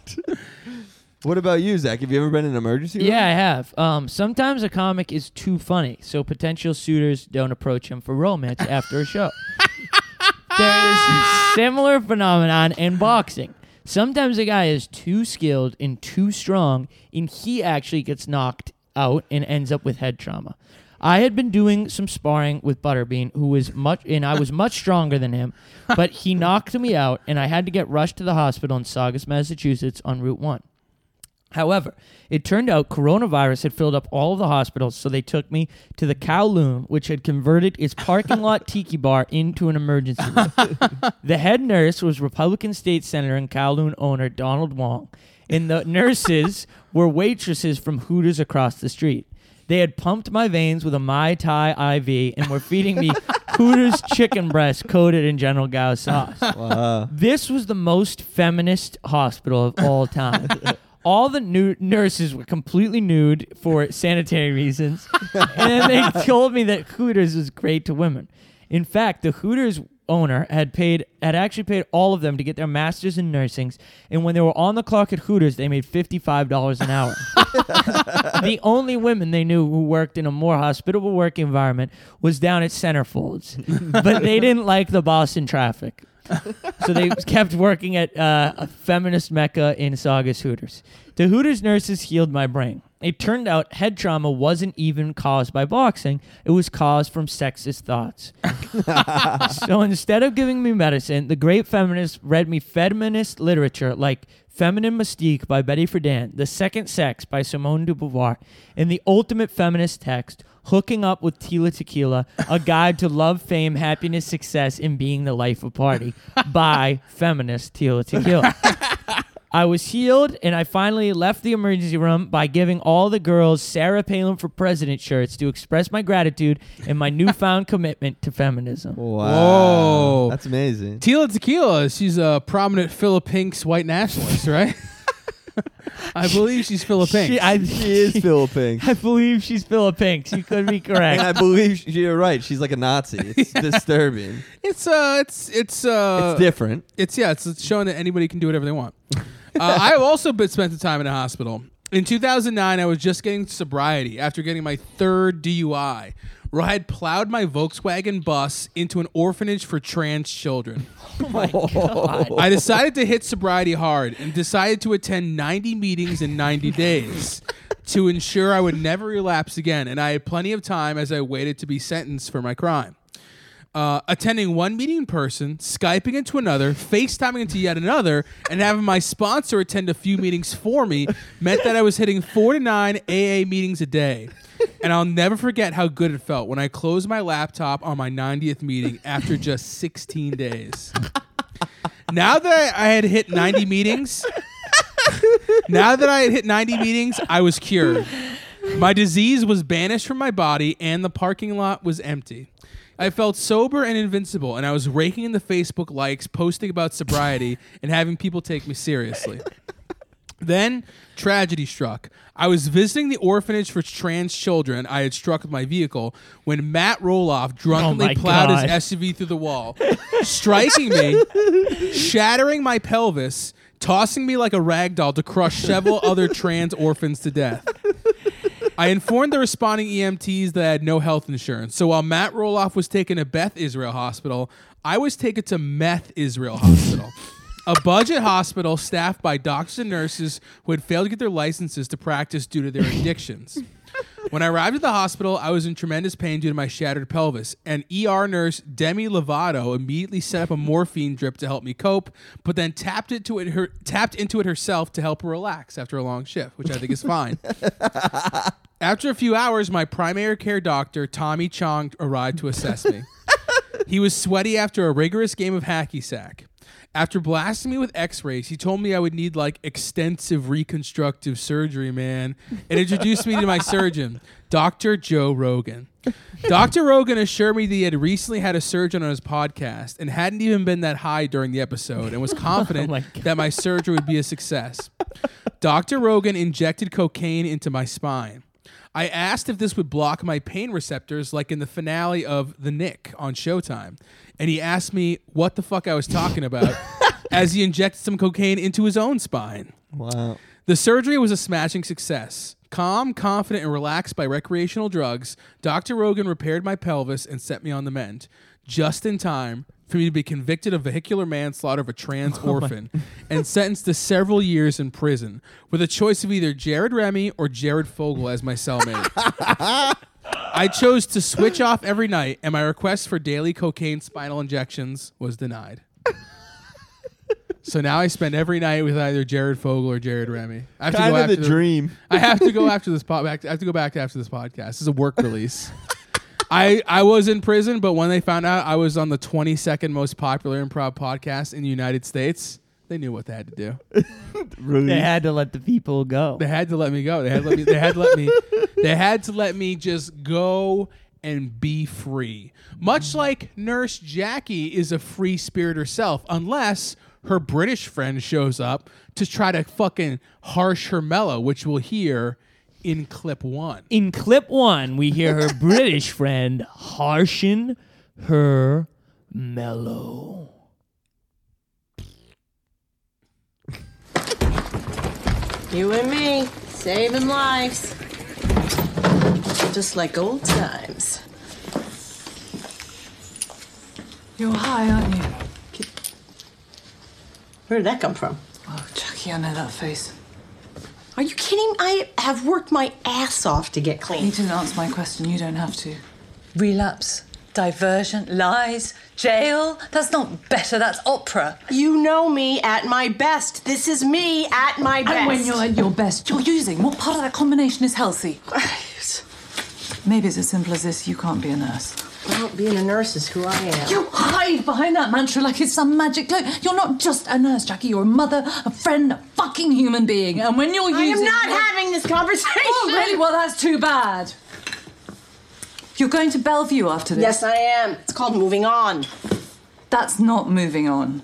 Speaker 4: what about you, Zach? Have you ever been in an emergency? room?
Speaker 3: Yeah, I have. Um, sometimes a comic is too funny, so potential suitors don't approach him for romance after a show. there is a similar phenomenon in boxing. Sometimes a guy is too skilled and too strong, and he actually gets knocked out and ends up with head trauma. I had been doing some sparring with Butterbean, who was much, and I was much stronger than him, but he knocked me out, and I had to get rushed to the hospital in Saugus, Massachusetts, on Route One. However, it turned out coronavirus had filled up all of the hospitals, so they took me to the Kowloon, which had converted its parking lot tiki bar into an emergency room. the head nurse was Republican state senator and Kowloon owner Donald Wong, and the nurses were waitresses from Hooters across the street. They had pumped my veins with a Mai Tai IV and were feeding me Hooters chicken breast coated in General Gao's sauce.
Speaker 4: Wow.
Speaker 3: This was the most feminist hospital of all time. all the nu- nurses were completely nude for sanitary reasons, and then they told me that Hooters was great to women. In fact, the Hooters owner had paid had actually paid all of them to get their masters in nursing, and when they were on the clock at Hooters, they made fifty five dollars an hour. the only women they knew who worked in a more hospitable work environment was down at Centerfolds, but they didn't like the Boston traffic. so they kept working at uh, a feminist mecca in Saugus Hooters. The Hooters nurses healed my brain. It turned out head trauma wasn't even caused by boxing, it was caused from sexist thoughts. so instead of giving me medicine, the great feminist read me feminist literature like Feminine Mystique by Betty Friedan, The Second Sex by Simone de Beauvoir, and the ultimate feminist text, Hooking Up with Tila Tequila, A Guide to Love, Fame, Happiness, Success, and Being the Life of Party by feminist Tila Tequila. I was healed, and I finally left the emergency room by giving all the girls Sarah Palin for President shirts to express my gratitude and my newfound commitment to feminism.
Speaker 4: Wow.
Speaker 1: Whoa.
Speaker 4: That's amazing.
Speaker 1: Tila Tequila, she's a prominent Philippines white nationalist, right? I believe she's Philippines.
Speaker 3: She, I,
Speaker 4: She is Philippine.
Speaker 3: I believe she's Philippines. You could be correct.
Speaker 4: And I believe she- you're right. She's like a Nazi. It's disturbing.
Speaker 1: it's uh, it's it's uh,
Speaker 4: it's different.
Speaker 1: it's yeah, it's, it's showing that anybody can do whatever they want. uh, I've also been spent the time in a hospital. In 2009, I was just getting sobriety after getting my third DUI, where I had plowed my Volkswagen bus into an orphanage for trans children.
Speaker 3: Oh
Speaker 1: I decided to hit sobriety hard and decided to attend 90 meetings in 90 days to ensure I would never relapse again. And I had plenty of time as I waited to be sentenced for my crime. Uh, attending one meeting in person, Skyping into another, FaceTiming into yet another, and having my sponsor attend a few meetings for me meant that I was hitting four to nine AA meetings a day. And I'll never forget how good it felt when I closed my laptop on my 90th meeting after just 16 days now that I had hit 90 meetings, now that I had hit 90 meetings, I was cured. My disease was banished from my body, and the parking lot was empty. I felt sober and invincible, and I was raking in the Facebook likes, posting about sobriety, and having people take me seriously. Then tragedy struck. I was visiting the orphanage for trans children I had struck with my vehicle when Matt Roloff drunkenly
Speaker 3: Oh my
Speaker 1: plowed
Speaker 3: God.
Speaker 1: his SUV through the wall, striking me, shattering my pelvis, tossing me like a rag doll to crush several other trans orphans to death. I informed the responding EMTs that I had no health insurance. So while Matt Roloff was taken to Beth Israel Hospital, I was taken to Meth Israel Hospital, a budget hospital staffed by doctors and nurses who had failed to get their licenses to practice due to their addictions. When I arrived at the hospital, I was in tremendous pain due to my shattered pelvis. An ER nurse, Demi Lovato, immediately set up a morphine drip to help me cope, but then tapped it to it her, tapped into it herself to help relax after a long shift, which I think is fine. After a few hours, my primary care doctor, Tommy Chong, arrived to assess me. he was sweaty after a rigorous game of hacky sack. After blasting me with x rays, he told me I would need like extensive reconstructive surgery, man, and introduced me to my surgeon, Dr. Joe Rogan. Dr. Rogan assured me that he had recently had a surgeon on his podcast and hadn't even been that high during the episode and was confident
Speaker 3: my
Speaker 1: that my surgery would be a success. Dr. Rogan injected cocaine into my spine. I asked if this would block my pain receptors, like in the finale of The Nick on Showtime. And he asked me what the fuck I was talking about as he injected some cocaine into his own spine.
Speaker 4: Wow.
Speaker 1: The surgery was a smashing success. Calm, confident, and relaxed by recreational drugs, Dr. Rogan repaired my pelvis and set me on the mend, just in time for me to be convicted of vehicular manslaughter of a
Speaker 4: Oh
Speaker 1: trans orphan and sentenced to several years in prison, with a choice of either Jared Remy or Jared Fogle as my cellmate. I chose to switch off every night, and my request for daily cocaine spinal injections was denied. so now I spend every night with either Jared Fogle or Jared Remy. I have
Speaker 4: Kind of the
Speaker 1: after
Speaker 4: dream.
Speaker 1: I have to go after this pod. Back I have to go back after this podcast. This is a work release. I I was in prison, but when they found out I was on the 22nd most popular improv podcast in the United States, they knew what they had to do.
Speaker 4: Really?
Speaker 3: They had to let the people go.
Speaker 1: They had to let me go. They had to let me. They had to let me. They had to let me just go and be free. Much like Nurse Jackie is a free spirit herself, unless her British friend shows up to try to fucking harsh her mellow, which we'll hear in clip one.
Speaker 3: In clip one, we hear her British friend harshen her mellow.
Speaker 5: You and me, saving lives. Just like old times.
Speaker 6: You're high, aren't you?
Speaker 5: Where did that come from?
Speaker 6: Oh, Jackie, I know that face.
Speaker 5: Are you kidding? I have worked my ass off to get
Speaker 6: You
Speaker 5: clean.
Speaker 6: didn't answer my question. You don't have to. Relapse, diversion, lies, jail. That's not better. That's opera.
Speaker 5: You know me at my best. This is me at my best.
Speaker 6: And when you're at your best, you're using. What part of that combination is healthy? Maybe it's as simple as this. You can't be a nurse.
Speaker 5: Well, being a nurse is who I am.
Speaker 6: You hide behind that mantra like it's some magic cloak. You're not just a nurse, Jackie. You're a mother, a friend, a fucking human being. And when you're
Speaker 5: I am
Speaker 6: using,
Speaker 5: not having this conversation.
Speaker 6: Oh, really? Well, that's too bad. You're going to Bellevue after this.
Speaker 5: Yes, I am. It's called moving on.
Speaker 6: That's not moving on.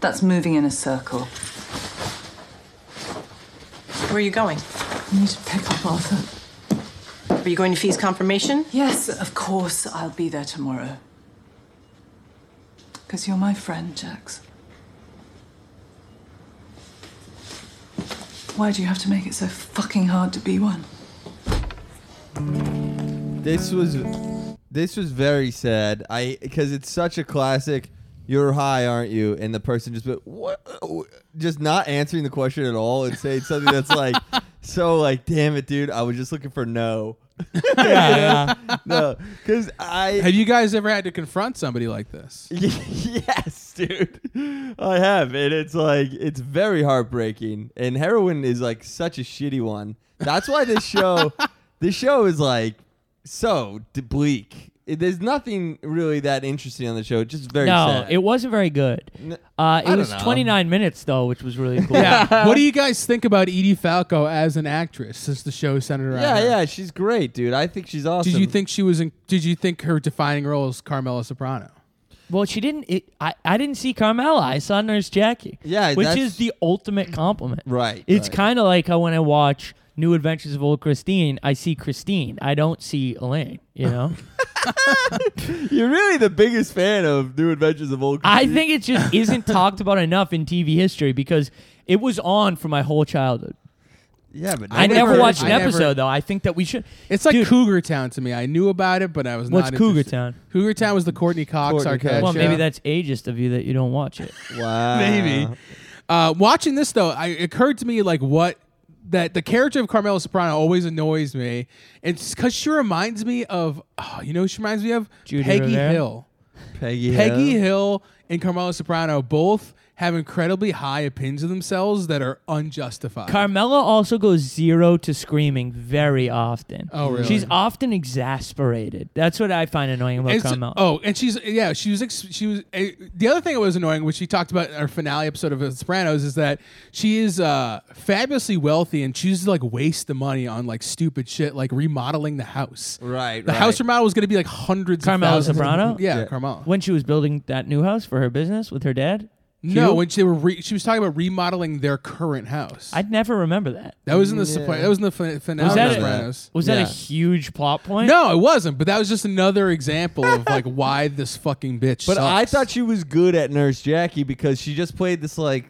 Speaker 6: That's moving in a circle.
Speaker 5: Where are you going?
Speaker 6: I need to pick up Arthur.
Speaker 5: Are you going to fees confirmation?
Speaker 6: Yes, of course, I'll be there tomorrow. Because you're my friend, Jax. Why do you have to make it so fucking hard to be one?
Speaker 4: This was this was very sad. I because it's such a classic. You're high, aren't you? And the person just went, what? just not answering the question at all and saying something that's like so like damn it, dude. I was just looking for no,
Speaker 3: yeah, yeah.
Speaker 4: no, because I
Speaker 1: Have you guys ever had to confront somebody like this?
Speaker 4: yes, dude, I have, and it's like it's very heartbreaking. And heroin is like such a shitty one. That's why this show, this show is like so d- bleak. It- There's nothing really that interesting on the show. Just very
Speaker 3: No,
Speaker 4: sad.
Speaker 3: it wasn't very good. Uh, it was 29 minutes though, which was really cool.
Speaker 1: Yeah. what do you guys think about Edie Falco as an actress since the show centered around
Speaker 4: yeah,
Speaker 1: her?
Speaker 4: yeah, she's great, dude. I think she's awesome.
Speaker 1: Did you think she was in, did you think her defining role is Carmela Soprano?
Speaker 3: Well, she didn't. It, I I didn't see Carmela. I saw Nurse Jackie.
Speaker 4: Yeah,
Speaker 3: which
Speaker 4: that's-
Speaker 3: is the ultimate compliment.
Speaker 4: Right,
Speaker 3: It's
Speaker 4: right.
Speaker 3: kind of like how when I watch New Adventures of Old Christine, I see Christine. I don't see Elaine. You know.
Speaker 4: You're really the biggest fan of New Adventures of Old.
Speaker 3: I think it just isn't talked about enough in TV history because it was on for my whole childhood.
Speaker 4: yeah, but
Speaker 3: I,
Speaker 1: never
Speaker 3: never,
Speaker 1: heard-
Speaker 3: watched an
Speaker 1: I never-
Speaker 3: episode though. I think that we should.
Speaker 1: It's like
Speaker 3: Dude,
Speaker 1: Cougar Town to me. I knew about it, but I was
Speaker 3: What's
Speaker 1: not
Speaker 3: Cougar
Speaker 1: interested.
Speaker 3: Town?
Speaker 1: Cougar Town was the Courtney Cox
Speaker 4: Courtney
Speaker 1: Arquette
Speaker 4: Cox.
Speaker 3: well,
Speaker 1: show.
Speaker 3: maybe that's ageist of you that you don't watch it.
Speaker 4: wow.
Speaker 1: maybe. Uh, watching this though, I, it occurred to me like what that the character of Carmela Soprano always annoys me. It's because she reminds me of oh, you know who she reminds me of
Speaker 3: Judy
Speaker 1: Peggy
Speaker 3: Rivera?
Speaker 1: Hill.
Speaker 4: Peggy.
Speaker 1: Peggy
Speaker 4: Hill.
Speaker 1: Hill and Carmela Soprano both have incredibly high opinions of themselves that are unjustified.
Speaker 3: Carmela also goes zero to screaming very often.
Speaker 1: Oh, really?
Speaker 3: She's often exasperated. That's what I find annoying about
Speaker 1: And so-
Speaker 3: Carmela.
Speaker 1: oh, and she's yeah, she was ex- she was uh, the other thing that was annoying, which she talked about in our finale episode of The Sopranos, is that she is uh, fabulously wealthy and chooses to like waste the money on like stupid shit, like remodeling the house.
Speaker 4: Right,
Speaker 1: The
Speaker 4: right.
Speaker 1: house remodel was going to be like hundreds.
Speaker 3: Carmela
Speaker 1: of thousands.
Speaker 3: Soprano?
Speaker 1: yeah,
Speaker 4: Yeah.
Speaker 1: Carmela.
Speaker 3: When she was building that new house for her business with her dad?
Speaker 1: no,
Speaker 3: Hugh?
Speaker 1: when she were re- she was talking about remodeling their current house.
Speaker 3: I'd never remember that.
Speaker 1: that was in the Sopra- that was in the fin- finale
Speaker 3: Was
Speaker 1: of
Speaker 3: that,
Speaker 1: The
Speaker 4: a-
Speaker 1: Sopranos.
Speaker 3: was that
Speaker 4: Yeah.
Speaker 3: a huge plot point?
Speaker 1: No, it wasn't. But that was just another example of like why this fucking bitch.
Speaker 4: But I
Speaker 1: sucks.
Speaker 4: thought she was good at Nurse Jackie because she just played this like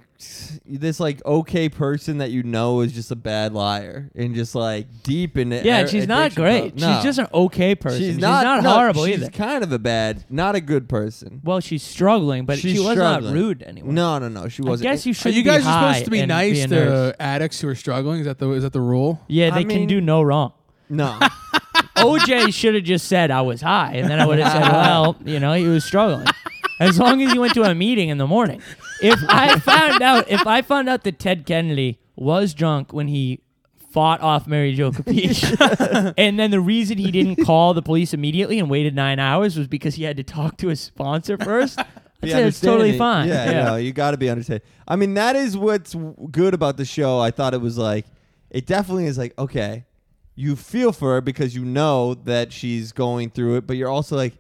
Speaker 4: this like okay person that you know is just a bad liar and just like deep in it.
Speaker 3: Yeah, she's not great. She's just an okay person. She's, not,
Speaker 4: no,
Speaker 3: horrible
Speaker 4: she's
Speaker 3: either.
Speaker 4: kind of a bad, not a good person.
Speaker 3: Well, she's struggling, but
Speaker 4: She's
Speaker 3: she was
Speaker 4: struggling.
Speaker 3: not rude to anyone.
Speaker 4: No, no, no. She
Speaker 3: I
Speaker 4: wasn't.
Speaker 3: guess you
Speaker 1: Are
Speaker 3: should.
Speaker 1: you guys
Speaker 3: be
Speaker 1: are
Speaker 3: high
Speaker 1: supposed to be
Speaker 3: and
Speaker 1: nice
Speaker 3: a
Speaker 1: to
Speaker 3: nurse.
Speaker 1: addicts who are struggling? Is that the is that the rule?
Speaker 3: Yeah,
Speaker 4: I
Speaker 3: they
Speaker 4: mean-
Speaker 3: can do no wrong.
Speaker 4: no.
Speaker 3: OJ should have just said I was high, and then I would have said, well, you know, he was struggling. As long as you went to a meeting in the morning. If I found out, if I found out that Ted Kennedy was drunk when he fought off Mary Jo Capece, and then the reason he didn't call the police immediately and waited nine hours was because he had to talk to his sponsor first. I'd
Speaker 4: be
Speaker 3: say it's totally
Speaker 4: understanding.
Speaker 3: fine.
Speaker 4: Yeah, no, you got to be understanding. I mean, that is what's w- good about the show. I thought it was like, it definitely is like, okay, you feel for her because you know that she's going through it, but you're also like,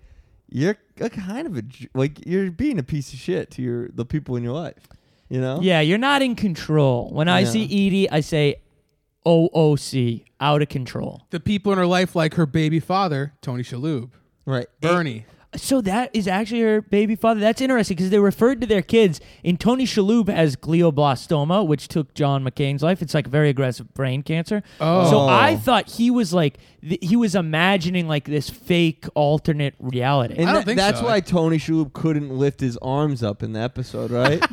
Speaker 4: you're a kind of a j- like you're being a piece of shit to your the people in your life, you know?
Speaker 3: Yeah, you're not in control. When I
Speaker 4: Yeah.
Speaker 3: see Edie, I say OOC, out of control.
Speaker 1: The people in her life, like her baby father, Tony Shalhoub,
Speaker 4: right.
Speaker 1: Bernie.
Speaker 3: So that is actually her baby father. That's interesting because they referred to their kids in Tony Shalhoub as glioblastoma, which took John McCain's life. It's like very aggressive brain cancer.
Speaker 1: Oh.
Speaker 3: So I thought he was like th- he was imagining like this fake alternate reality.
Speaker 4: And
Speaker 1: I don't
Speaker 4: tha-
Speaker 1: think
Speaker 4: that's
Speaker 1: so.
Speaker 4: why Tony Shalhoub couldn't lift his arms up in the episode, right?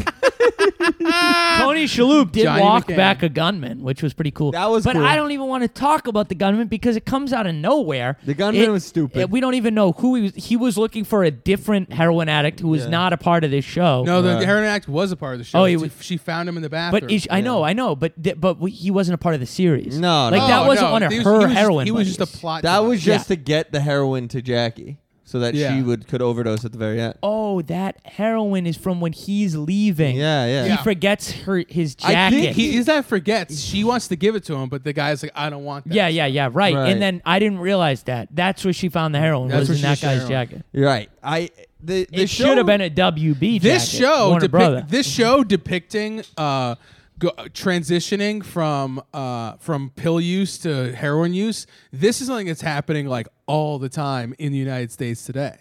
Speaker 3: Tony Shalhoub did
Speaker 1: Johnny
Speaker 3: walk
Speaker 1: McCain.
Speaker 3: back a gunman, which was pretty cool.
Speaker 4: That was
Speaker 3: but
Speaker 4: cool.
Speaker 3: I don't even want to talk about the gunman because it comes out of nowhere.
Speaker 4: The gunman
Speaker 3: It-
Speaker 4: was stupid.
Speaker 3: it- we don't even know who he was. He was looking for a different heroin addict who was
Speaker 4: Yeah.
Speaker 3: not a part of this show.
Speaker 1: No, the
Speaker 4: Right.
Speaker 1: heroin act was a part of the show.
Speaker 3: Oh, he
Speaker 1: She-
Speaker 3: was-
Speaker 1: she found him in the bathroom.
Speaker 3: But is, I know, I know, but th- but we, he wasn't a part of the series.
Speaker 4: No,
Speaker 3: like
Speaker 4: no.
Speaker 3: that
Speaker 1: Oh,
Speaker 3: wasn't
Speaker 1: no,
Speaker 3: one of
Speaker 1: he was-
Speaker 3: her
Speaker 1: he was just-
Speaker 3: heroin.
Speaker 1: He was just a
Speaker 3: buddies.
Speaker 1: plot.
Speaker 4: that was
Speaker 1: device.
Speaker 4: just
Speaker 3: Yeah.
Speaker 4: to get the heroin to Jackie so that
Speaker 1: Yeah.
Speaker 4: she would could overdose at the very end.
Speaker 3: Oh, that heroin is from when he's leaving.
Speaker 4: Yeah, yeah.
Speaker 3: He
Speaker 1: Yeah.
Speaker 3: forgets her his jacket.
Speaker 4: I think
Speaker 1: He is that forgets. She wants to give it to him, but the guy's like, I don't want that.
Speaker 3: yeah, yeah, yeah. Right.
Speaker 4: Right.
Speaker 3: And then I didn't realize that. That's where she found the heroin
Speaker 1: That's
Speaker 3: was
Speaker 1: where
Speaker 3: in
Speaker 1: she
Speaker 3: that
Speaker 1: found
Speaker 3: guy's
Speaker 1: heroin.
Speaker 3: jacket.
Speaker 4: You're right. I the, the
Speaker 3: it
Speaker 4: show,
Speaker 3: should have been a WB.
Speaker 1: This
Speaker 3: jacket,
Speaker 1: show,
Speaker 3: Warner
Speaker 1: depict-
Speaker 3: Brother.
Speaker 1: this show depicting uh, go- transitioning from uh, from pill use to heroin use. This is something that's happening like all the time in the United States today.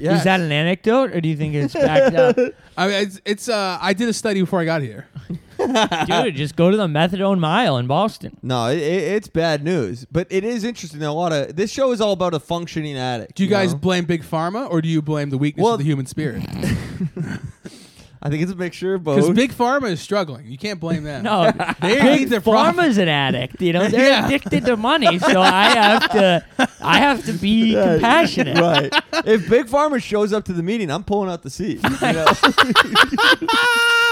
Speaker 4: Yes.
Speaker 3: Is that an anecdote, or do you think it's backed up?
Speaker 1: I mean, it's, it's uh, I did a study before I got here.
Speaker 3: Dude, just go to the methadone mile in Boston.
Speaker 4: No, it, it, it's bad news, but it is interesting. that A lot of this show is all about a functioning addict.
Speaker 1: Do you guys
Speaker 4: know?
Speaker 1: blame Big Pharma or do you blame the weakness
Speaker 4: Well-
Speaker 1: of the human spirit?
Speaker 4: I think it's a mixture of
Speaker 1: Because
Speaker 4: both.
Speaker 1: Big Pharma is struggling. You can't blame them.
Speaker 3: No,
Speaker 1: need
Speaker 3: Big
Speaker 1: their
Speaker 3: Pharma's an addict. You know, they're
Speaker 1: Yeah.
Speaker 3: addicted to money, so I have to, I have to be compassionate.
Speaker 4: right. If Big Farmer shows up to the meeting, I'm pulling out the seat. you know?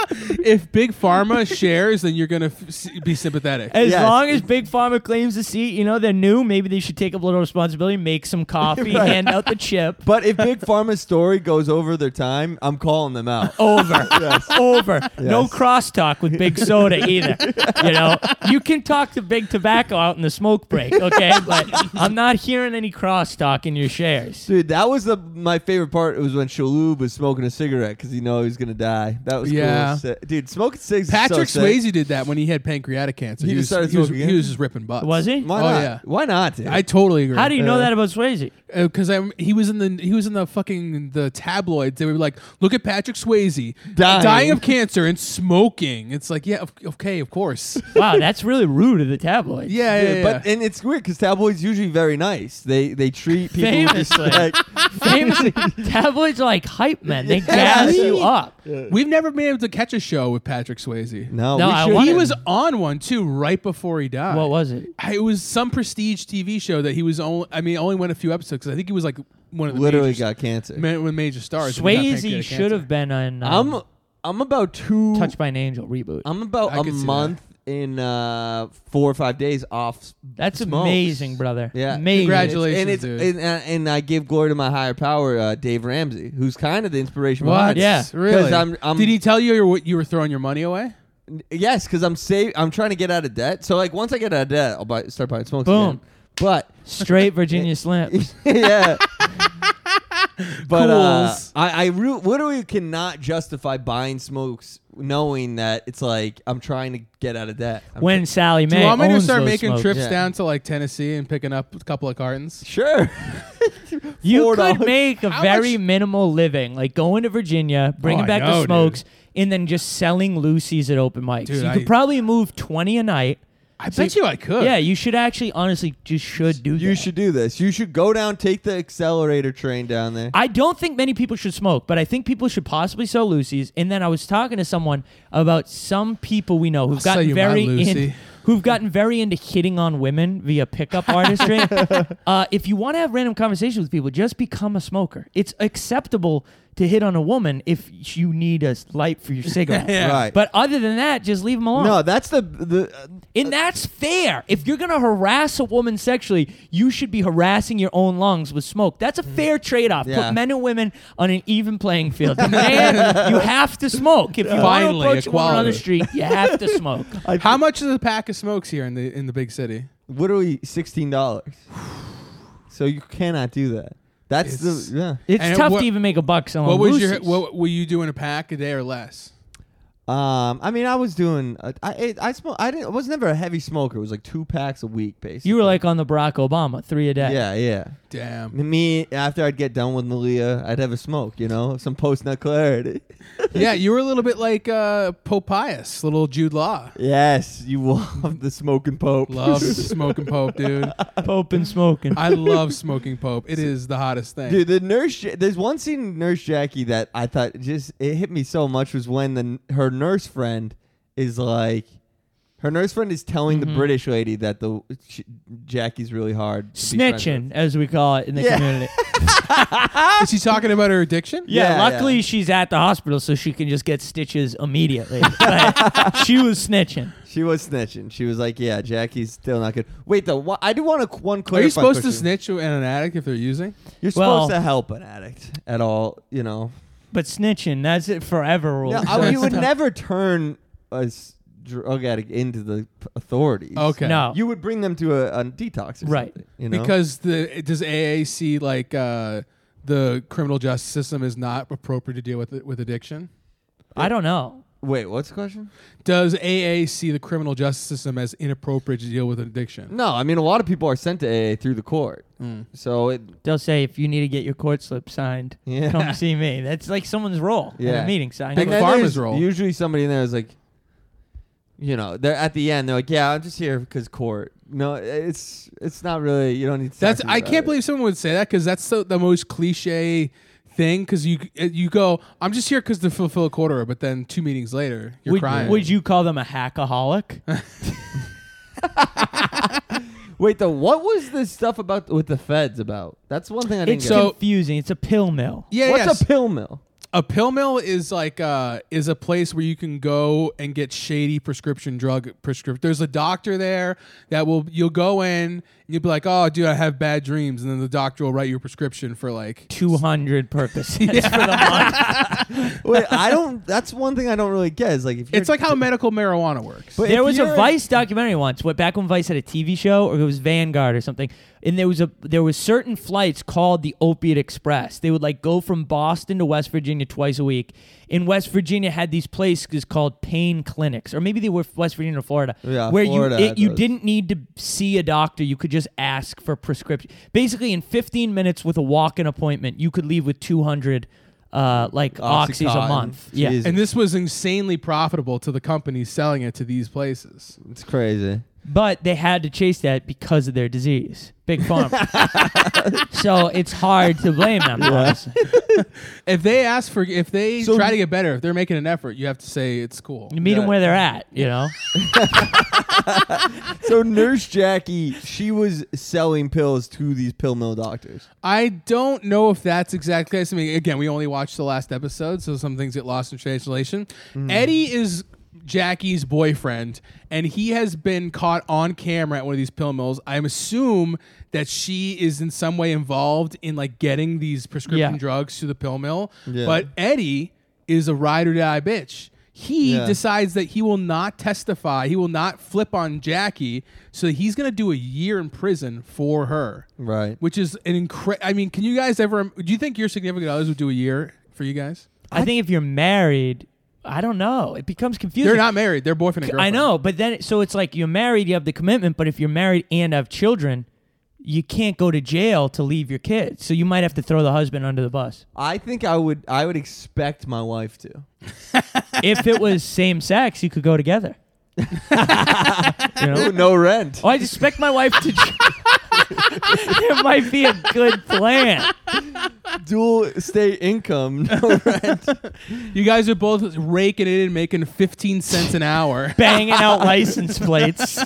Speaker 1: If Big Pharma shares, then you're going to f- s- be sympathetic.
Speaker 3: As
Speaker 4: Yes.
Speaker 3: long as Big Pharma claims the seat, you know, they're new. Maybe they should take up a little responsibility, make some coffee, hand out the chip.
Speaker 4: But if Big Pharma's story goes over their time, I'm calling them out.
Speaker 1: Oh.
Speaker 3: Over, over. No
Speaker 4: Yes.
Speaker 3: crosstalk with Big Soda either. You know, you can talk to Big Tobacco out in the smoke break, okay? But I'm not hearing any crosstalk in your shares.
Speaker 4: Dude, that was the my favorite part. It was when Shalhoub was smoking a cigarette because he know he was gonna die. That was
Speaker 1: Yeah.
Speaker 4: cool. Si- Dude, smoking cigs. is
Speaker 1: Patrick
Speaker 4: so sick.
Speaker 1: Swayze did that when he had pancreatic cancer.
Speaker 4: He
Speaker 1: He,
Speaker 4: just
Speaker 1: was,
Speaker 4: started
Speaker 1: he, was,
Speaker 4: smoking
Speaker 1: he
Speaker 4: it?
Speaker 1: was just ripping butts.
Speaker 3: Was he?
Speaker 4: Why
Speaker 1: Oh,
Speaker 4: not?
Speaker 1: yeah.
Speaker 4: Why not? Dude?
Speaker 1: I totally agree.
Speaker 3: How do you know that about Swayze?
Speaker 1: Because I'm he was in the he was in the fucking the tabloids. They were like, "Look at Patrick Swayze
Speaker 4: Dying.
Speaker 1: of cancer and smoking." It's like, yeah, of- okay, of course.
Speaker 3: Wow, that's really rude of the tabloid.
Speaker 1: Yeah, yeah,
Speaker 4: Dude,
Speaker 1: yeah.
Speaker 4: But and it's weird because tabloids usually very nice. They they treat people with
Speaker 3: Famously.
Speaker 4: respect.
Speaker 3: Famously, tabloids are like hype men. They gas you up.
Speaker 1: We've never been able to catch a show with Patrick Swayze.
Speaker 4: No,
Speaker 3: No,
Speaker 4: we
Speaker 3: I
Speaker 4: should-
Speaker 3: wanted-
Speaker 1: he was on one too, right before he died.
Speaker 3: What was it?
Speaker 1: I- it was some prestige TV show that he was only. I mean, only went a few episodes. 'cause I think he was like one of the
Speaker 4: literally
Speaker 1: major,
Speaker 4: got cancer.
Speaker 1: ma- one of the major stars. when he got
Speaker 3: Swayze
Speaker 1: pancreatic
Speaker 3: should have
Speaker 1: cancer.
Speaker 3: been on um,
Speaker 4: I'm I'm about two.
Speaker 3: Touched by an Angel reboot.
Speaker 4: I'm about
Speaker 1: I
Speaker 4: a
Speaker 1: could see that.
Speaker 4: month in uh, four or five days off. s-
Speaker 3: That's
Speaker 4: smokes.
Speaker 3: amazing, brother.
Speaker 4: Yeah.
Speaker 3: amazing.
Speaker 1: Congratulations.
Speaker 4: And it's
Speaker 1: dude.
Speaker 4: and, uh, and I give glory to my higher power, uh, Dave Ramsey, who's kind of the inspiration.
Speaker 1: What?
Speaker 4: behind it.
Speaker 3: Yeah.
Speaker 1: really.
Speaker 4: I'm- I'm-
Speaker 1: Did he tell you you were, you were throwing your money away?
Speaker 4: Yes, because I'm save. I'm trying to get out of debt. So like once I get out of debt, I'll buy, start buying smokes.
Speaker 3: Boom.
Speaker 4: again. But
Speaker 3: Straight Virginia Slims.
Speaker 4: yeah. But uh,
Speaker 1: Cools.
Speaker 4: I, I re- literally cannot justify buying smokes knowing that it's like I'm trying to get out of debt. I'm
Speaker 3: When Sally
Speaker 1: Do
Speaker 3: Mae
Speaker 1: you want me to
Speaker 3: owns
Speaker 1: start
Speaker 3: those
Speaker 1: making
Speaker 3: smokes.
Speaker 1: trips
Speaker 4: Yeah.
Speaker 1: down to like Tennessee and picking up a couple of cartons?
Speaker 4: sure.
Speaker 3: You
Speaker 4: Four
Speaker 3: could
Speaker 4: dollars.
Speaker 3: make a
Speaker 1: How
Speaker 3: very
Speaker 1: much-
Speaker 3: minimal living, like going to Virginia, bringing
Speaker 1: Oh, I
Speaker 3: back
Speaker 1: know,
Speaker 3: the
Speaker 1: dude.
Speaker 3: smokes, and then just selling Lucy's at open mics.
Speaker 1: Dude,
Speaker 3: you
Speaker 1: I-
Speaker 3: could probably move twenty a night.
Speaker 1: I bet you I could.
Speaker 3: Yeah, you should actually, honestly, just should do.
Speaker 4: You
Speaker 3: that.
Speaker 4: should do this. You should go down, take the accelerator train down there.
Speaker 3: I don't think many people should smoke, but I think people should possibly sell Lucy's. And then I was talking to someone about some people we know who've
Speaker 1: I'll sell
Speaker 3: gotten
Speaker 1: you mine,
Speaker 3: very in,
Speaker 1: Lucy.
Speaker 3: who've gotten very into hitting on women via pickup artistry. uh, if you want to have random conversations with people, just become a smoker. It's acceptable to hit on a woman if you need a light for your cigarette.
Speaker 1: Yeah.
Speaker 4: Right.
Speaker 3: But other than that, just leave them alone.
Speaker 4: no, that's the the.
Speaker 3: And that's fair. If you're going to harass a woman sexually, you should be harassing your own lungs with smoke. That's a fair trade off.
Speaker 4: Yeah.
Speaker 3: Put men and women on an even playing field. The man, you have to smoke. If you
Speaker 1: Finally,
Speaker 3: want to approach a woman on the
Speaker 1: equality.
Speaker 3: street, you have to smoke.
Speaker 1: How much is a pack of smokes here in the in the big city?
Speaker 4: literally sixteen dollars. so you cannot do that. That's
Speaker 1: It's-
Speaker 4: the yeah.
Speaker 3: It's
Speaker 1: And
Speaker 3: tough
Speaker 1: what-
Speaker 3: to even make a buck selling
Speaker 1: What was your
Speaker 3: Lucy's.
Speaker 1: what were you doing a pack a day or less?
Speaker 4: Um, I mean, I was doing. uh, I I, I smoke. I didn't. I was never a heavy smoker. It was like two packs a week, basically.
Speaker 3: you were like on the Barack Obama, three a day.
Speaker 4: yeah, yeah.
Speaker 1: Damn.
Speaker 4: Me after I'd get done with Malia, I'd have a smoke. You know, some post nut clarity.
Speaker 1: yeah, you were a little bit like uh, Pope Pius, little Jude Law.
Speaker 4: Yes, you love the smoking pope.
Speaker 1: Love smoking Pope, dude.
Speaker 3: Pope and smoking.
Speaker 1: I love smoking Pope. It is the hottest thing.
Speaker 4: Dude, the nurse. Ja- There's one scene in Nurse Jackie that I thought just it hit me so much was when the her nurse friend is like, her nurse friend is telling
Speaker 1: Mm-hmm.
Speaker 4: the British lady that the she, Jackie's really hard. to be friends with.
Speaker 3: Snitching, as we call it in the
Speaker 4: Yeah.
Speaker 3: community.
Speaker 1: Is he talking about her addiction?
Speaker 3: Yeah,
Speaker 4: Yeah,
Speaker 3: luckily
Speaker 4: yeah.
Speaker 3: she's at the hospital, so she can just get stitches immediately. But she was snitching.
Speaker 4: She was snitching. She was like, "Yeah, Jackie's still not good." Wait, though, wha- I do want to one
Speaker 1: Are
Speaker 4: clarify.
Speaker 1: you supposed to
Speaker 4: question.
Speaker 1: snitch on an addict if they're using?
Speaker 4: You're
Speaker 3: Well-
Speaker 4: supposed to help an addict at all, you know.
Speaker 3: But snitching, that's it forever rule.
Speaker 4: No,
Speaker 3: So
Speaker 4: I, you
Speaker 3: it's
Speaker 4: would
Speaker 3: tough.
Speaker 4: never turn a s- drug addict into the p- authorities.
Speaker 1: Okay.
Speaker 3: No.
Speaker 4: You would bring them to a, a detox, or
Speaker 3: Right.
Speaker 4: something, you know,
Speaker 1: Because the does AAC like uh, the criminal justice system is not appropriate to deal with with addiction?
Speaker 3: I don't know.
Speaker 4: Wait, what's the question?
Speaker 1: Does AA see the criminal justice system as inappropriate to deal with addiction?
Speaker 4: No, I mean a lot of people are sent to AA through the court.
Speaker 1: Mm.
Speaker 4: So it
Speaker 3: They'll say if you need to get your court slip signed,
Speaker 4: Yeah.
Speaker 3: come see me. That's like someone's role at
Speaker 4: Yeah.
Speaker 3: a meeting. Sign
Speaker 1: Big
Speaker 3: it.
Speaker 4: And then
Speaker 1: Pharma's
Speaker 4: there's
Speaker 1: role.
Speaker 4: Usually somebody in there is like, you know, they're at the end. They're like, yeah, I'm just here because court. No, it's it's not really. You don't need. To
Speaker 1: That's
Speaker 4: talk to me
Speaker 1: I
Speaker 4: about
Speaker 1: can't
Speaker 4: it.
Speaker 1: believe someone would say that because that's the, the most cliche thing. Because you you go, I'm just here because to fulfill a quarter, but then two meetings later, you're
Speaker 3: Would,
Speaker 1: crying.
Speaker 3: would you call them a hackaholic?
Speaker 4: Wait, though, what was this stuff about with the feds about? That's one thing I didn't
Speaker 3: it's
Speaker 4: get.
Speaker 1: So-
Speaker 3: confusing. It's a pill mill.
Speaker 1: yeah,
Speaker 4: what's
Speaker 1: yes.
Speaker 4: a pill mill?
Speaker 1: A pill mill is like uh is a place where you can go and get shady prescription drug prescription. There's a doctor there that will you'll go in and you'll be like, "Oh, dude, I have bad dreams." And then the doctor will write you a prescription for like
Speaker 3: Two hundred purposes for the month.
Speaker 4: Wait, I don't. That's one thing I don't really get. Is like if you're,
Speaker 1: It's like how medical marijuana works.
Speaker 4: But
Speaker 3: there
Speaker 4: if
Speaker 3: was a
Speaker 4: you're-
Speaker 3: Vice documentary once. What back when Vice had a TV show, or it was Vanguard or something, and there was a there was certain flights called the Opiate Express. They would like go from Boston to West Virginia twice a week. In West Virginia, had these places called pain clinics, or maybe they were West Virginia or Florida,
Speaker 4: Yeah,
Speaker 3: where
Speaker 4: Florida
Speaker 3: you
Speaker 4: had
Speaker 3: it, you
Speaker 4: those.
Speaker 3: didn't need to see a doctor. You could just ask for prescription. Basically, in 15 minutes with a walk-in appointment, you could leave with 200. Uh, like oxys a
Speaker 4: Oxycontin.
Speaker 3: month, yeah.
Speaker 4: Jesus.
Speaker 1: and this was insanely profitable to the company selling it to these places.
Speaker 4: It's crazy.
Speaker 3: But they had to chase that because of their disease. Big pharma. so it's hard to blame them. honestly.
Speaker 1: If they ask for if they
Speaker 4: So-
Speaker 1: try to get better, if they're making an effort, you have to say it's cool.
Speaker 3: You meet them where they're at, you know?
Speaker 4: So Nurse Jackie, she was selling pills to these pill mill doctors.
Speaker 1: I don't know if that's exactly. I mean, again, we only watched the last episode, so some things get lost in translation.
Speaker 4: Hmm.
Speaker 1: Eddie is Jackie's boyfriend, and he has been caught on camera at one of these pill mills. I assume that she is in some way involved in like getting these prescription
Speaker 3: Yeah.
Speaker 1: drugs to the pill mill.
Speaker 4: Yeah.
Speaker 1: But Eddie is a ride or die bitch. He
Speaker 4: Yeah.
Speaker 1: decides that he will not testify. He will not flip on Jackie. So he's going to do a year in prison for her
Speaker 4: Right.
Speaker 1: which is an incredible. I mean, can you guys ever? Do you think your significant others would do a year for you guys?
Speaker 3: I think if you're married, I don't know. It becomes confusing.
Speaker 1: They're not married. They're boyfriend and
Speaker 3: I
Speaker 1: girlfriend.
Speaker 3: know, but then, so it's like you're married, you have the commitment, but if you're married and have children, you can't go to jail to leave your kids. So you might have to throw the husband under the bus.
Speaker 4: I think I would. I would expect my wife to.
Speaker 3: if it was same sex, you could go together. you know?
Speaker 4: No rent.
Speaker 3: Oh, I expect my wife to. there might be a good plan.
Speaker 4: Dual state income. No rent.
Speaker 1: You guys are both raking it in, making fifteen cents an hour.
Speaker 3: Banging out license plates.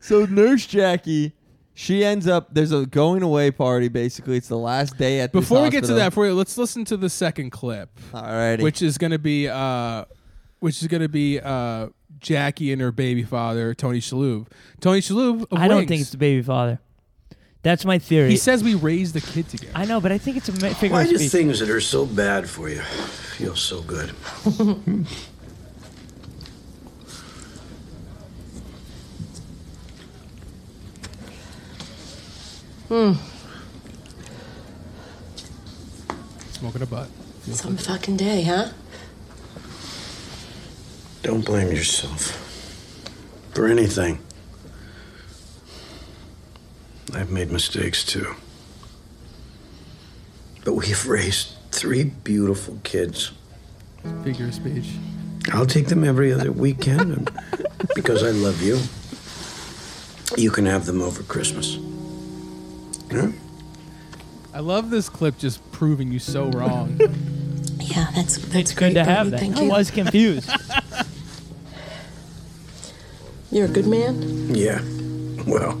Speaker 4: So Nurse Jackie, she ends up there's a going away party. Basically, it's the last day at.
Speaker 1: Before we get to that, for you, let's listen to the second clip,
Speaker 4: alrighty.
Speaker 1: which is going to be, uh, which is going to be uh, Jackie and her baby father, Tony Shalhoub. Tony Shalhoub. Of
Speaker 3: I don't
Speaker 1: Wings.
Speaker 3: think it's the baby father. That's my theory.
Speaker 1: He says we raised the kid together.
Speaker 3: I know, but I think it's a ma- figure
Speaker 7: Why
Speaker 3: of
Speaker 7: do
Speaker 3: speech.
Speaker 7: things that are so bad for you feel so good?
Speaker 1: Smoking a butt.
Speaker 5: Some fucking day, huh?
Speaker 7: Don't blame yourself for anything. I've made mistakes too. But we've raised three beautiful kids.
Speaker 1: Figure of speech.
Speaker 7: I'll take them every other weekend and because I love you. You can have them over Christmas. Huh?
Speaker 1: I love this clip, just proving you so wrong.
Speaker 5: Yeah, that's that's
Speaker 3: It's good to have that.
Speaker 5: Thank
Speaker 3: I
Speaker 5: you.
Speaker 3: was confused.
Speaker 5: You're a good man.
Speaker 7: Yeah. Well.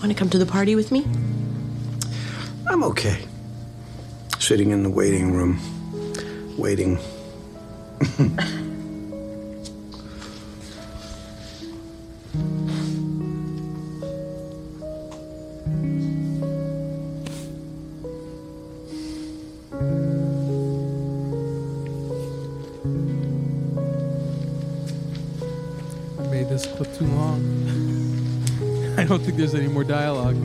Speaker 5: Want to come to the party with me?
Speaker 7: I'm okay. Sitting in the waiting room, waiting.
Speaker 1: I made this clip too long. I don't think there's any more dialogue.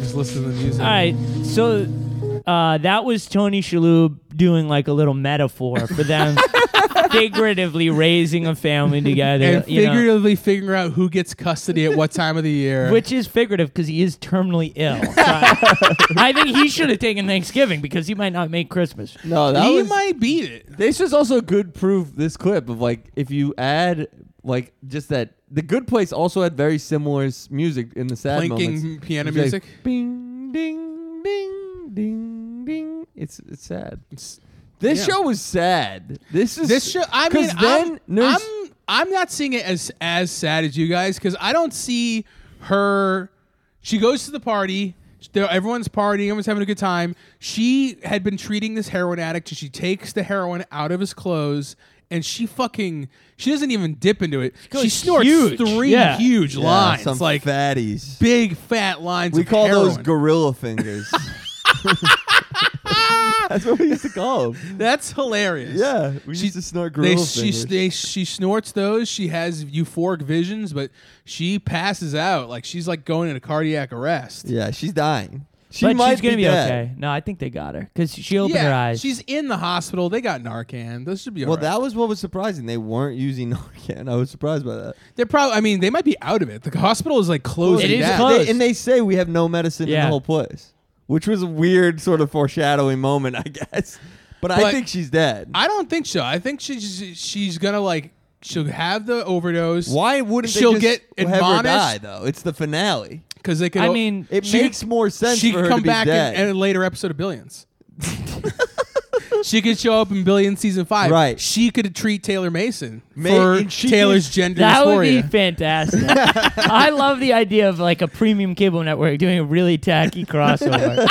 Speaker 1: Just listen to the music.
Speaker 3: All right, so uh, that was Tony Shalhoub doing like a little metaphor for them figuratively raising a family together,
Speaker 1: And
Speaker 3: you know,
Speaker 1: figuratively figuring out who gets custody at what time of the year.
Speaker 3: which is figurative because he is terminally ill. So I, I think he should have taken Thanksgiving because he might not make Christmas.
Speaker 4: No, that
Speaker 1: he
Speaker 4: was.
Speaker 1: might beat it.
Speaker 4: this is also good proof. This clip of like if you add like just that the good place also had very similar s- music in the sad
Speaker 1: Blinking
Speaker 4: moments.
Speaker 1: piano
Speaker 4: It's like,
Speaker 1: music?
Speaker 4: Bing ding ding ding ding. It's it's sad.
Speaker 1: It's-
Speaker 4: This
Speaker 1: Yeah.
Speaker 4: show was sad. This is
Speaker 1: This show, I
Speaker 4: 'cause
Speaker 1: mean,
Speaker 4: then
Speaker 1: I'm,
Speaker 4: Nurse-
Speaker 1: I'm I'm not seeing it as as sad as you guys because I don't see her. She goes to the party. there- Everyone's partying. Everyone's having a good time. She had been treating this heroin addict. and She takes the heroin out of his clothes. And she fucking she doesn't even dip into it.
Speaker 3: goes
Speaker 1: She snorts
Speaker 3: huge.
Speaker 1: three
Speaker 3: Yeah.
Speaker 1: huge
Speaker 4: Yeah,
Speaker 1: lines,
Speaker 4: some
Speaker 1: like
Speaker 4: fatties.
Speaker 1: big fat lines.
Speaker 4: We
Speaker 1: of
Speaker 4: call those
Speaker 1: heroin.
Speaker 4: gorilla fingers. That's what we used to call them.
Speaker 1: That's hilarious.
Speaker 4: Yeah, we used to snort gorilla
Speaker 1: they, she,
Speaker 4: fingers.
Speaker 1: they, she snorts those. She has euphoric visions, but she passes out. Like she's like going into cardiac arrest.
Speaker 4: yeah, she's dying. She
Speaker 3: But
Speaker 4: might
Speaker 3: she's gonna be,
Speaker 4: dead.
Speaker 3: okay. No, I think they got her because she opened her
Speaker 1: Yeah,
Speaker 3: eyes.
Speaker 1: she's in the hospital. They got Narcan. Those should be all
Speaker 4: Well,
Speaker 1: right.
Speaker 4: that was what was surprising. They weren't using Narcan. I was surprised by that.
Speaker 1: They're probably. I mean, they might be out of it. The hospital is like closing
Speaker 3: It is
Speaker 1: down.
Speaker 3: closed.
Speaker 4: They, and they say we have no medicine in
Speaker 3: Yeah.
Speaker 4: the whole place, which was a weird sort of foreshadowing moment, I guess. But, I
Speaker 1: But-
Speaker 4: think she's dead.
Speaker 1: I don't think so. I think she's she's gonna like she'll have the overdose.
Speaker 4: Why wouldn't
Speaker 1: She'll
Speaker 4: they just
Speaker 1: get
Speaker 4: have her
Speaker 1: admonished?
Speaker 4: die though? It's the finale.
Speaker 1: Because they could.
Speaker 3: I mean,
Speaker 4: It
Speaker 1: She-
Speaker 4: makes more sense.
Speaker 1: she
Speaker 4: for
Speaker 1: could
Speaker 4: her
Speaker 1: come
Speaker 4: to be
Speaker 1: back in,
Speaker 4: dead.
Speaker 1: in a later episode of Billions. she could show up in Billions season five.
Speaker 4: Right.
Speaker 1: She could treat Taylor Mason
Speaker 4: Ma-
Speaker 1: for
Speaker 4: and she
Speaker 1: Taylor's
Speaker 4: could-
Speaker 1: gender
Speaker 3: That would be
Speaker 1: dysphoria.
Speaker 3: fantastic. I love the idea of like a premium cable network doing a really tacky crossover.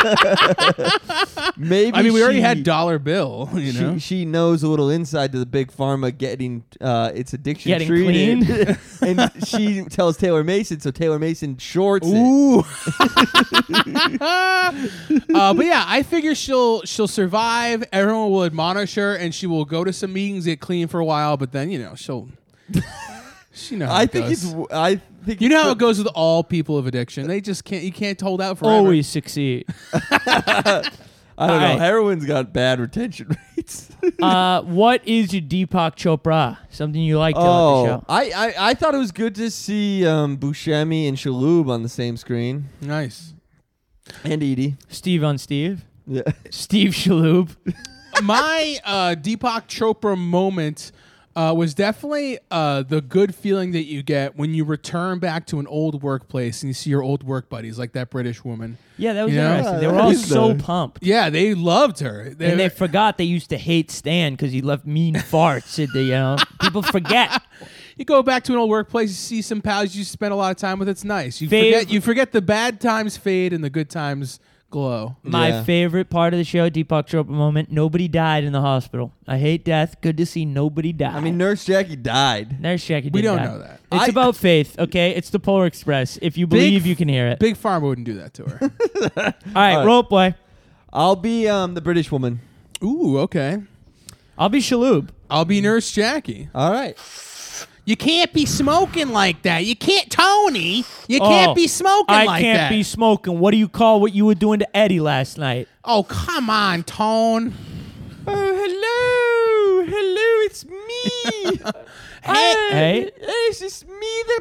Speaker 4: Maybe
Speaker 1: I mean, we already had
Speaker 4: she-
Speaker 1: Dollar Bill. You
Speaker 4: she,
Speaker 1: know,
Speaker 4: she knows a little inside to the big pharma getting uh, its addiction
Speaker 3: Getting
Speaker 4: treated, and she tells Taylor Mason. So Taylor Mason shorts it.
Speaker 1: Ooh. uh, but yeah, I figure she'll she'll survive. Everyone will admonish her, and she will go to some meetings, get clean for a while. But then you know she'll. she know. How
Speaker 4: I
Speaker 1: it
Speaker 4: think
Speaker 1: goes.
Speaker 4: it's. I think
Speaker 1: You know how
Speaker 4: it's-
Speaker 1: it goes with all people of addiction. They just can't. You can't hold out forever.
Speaker 3: Always succeed.
Speaker 4: I don't know.
Speaker 3: Alright.
Speaker 4: Heroin's got bad retention rates.
Speaker 3: Uh, what is your Deepak Chopra? Something you liked about the
Speaker 4: oh,
Speaker 3: show?
Speaker 4: I, I I thought it was good to see um, Buscemi and Shaloub on the same screen,
Speaker 1: Nice.
Speaker 4: and Edie.
Speaker 3: Steve on Steve.
Speaker 4: Yeah.
Speaker 3: Steve Shalhoub.
Speaker 1: my uh, Deepak Chopra moment uh, was definitely uh, the good feeling that you get when you return back to an old workplace and you see your old work buddies, like that British woman.
Speaker 3: Yeah, that was
Speaker 1: Yeah.
Speaker 3: interesting. They
Speaker 4: Yeah,
Speaker 3: were
Speaker 4: that
Speaker 3: all
Speaker 4: is
Speaker 3: so
Speaker 4: nice.
Speaker 3: pumped.
Speaker 1: Yeah, they loved her. They,
Speaker 3: And they forgot they used to hate Stan because he left mean farts. at the, you know, people forget.
Speaker 1: you go back to an old workplace, you see some pals you spent a lot of time with. It's nice. You
Speaker 3: Fav-
Speaker 1: forget you forget the bad times fade and the good times glow.
Speaker 3: My
Speaker 4: Yeah.
Speaker 3: favorite part of the show, Deepak Chopra moment. Nobody died in the hospital. I hate death. Good to see nobody die.
Speaker 4: I mean, Nurse Jackie died.
Speaker 3: There's Shaggy.
Speaker 1: We
Speaker 3: did
Speaker 1: don't know that.
Speaker 3: It's
Speaker 4: I-
Speaker 3: about faith, okay? It's the Polar Express. If you believe, you can hear it.
Speaker 1: Big Pharma wouldn't do that to her.
Speaker 3: all right,
Speaker 4: right.
Speaker 3: role play.
Speaker 4: I'll be um, the British woman.
Speaker 1: Ooh, okay.
Speaker 3: I'll be Shalhoub.
Speaker 1: I'll be Nurse Jackie.
Speaker 4: All right.
Speaker 1: You can't be smoking like that. You can't, Tony. You
Speaker 3: Oh,
Speaker 1: can't be smoking
Speaker 3: I
Speaker 1: like
Speaker 3: can't
Speaker 1: that.
Speaker 3: be smoking. What do you call what you were doing to Eddie last night?
Speaker 1: oh, come on, Tone.
Speaker 4: Oh, hello, hello, it's me.
Speaker 1: Hey.
Speaker 3: Hey.
Speaker 4: it's just me, the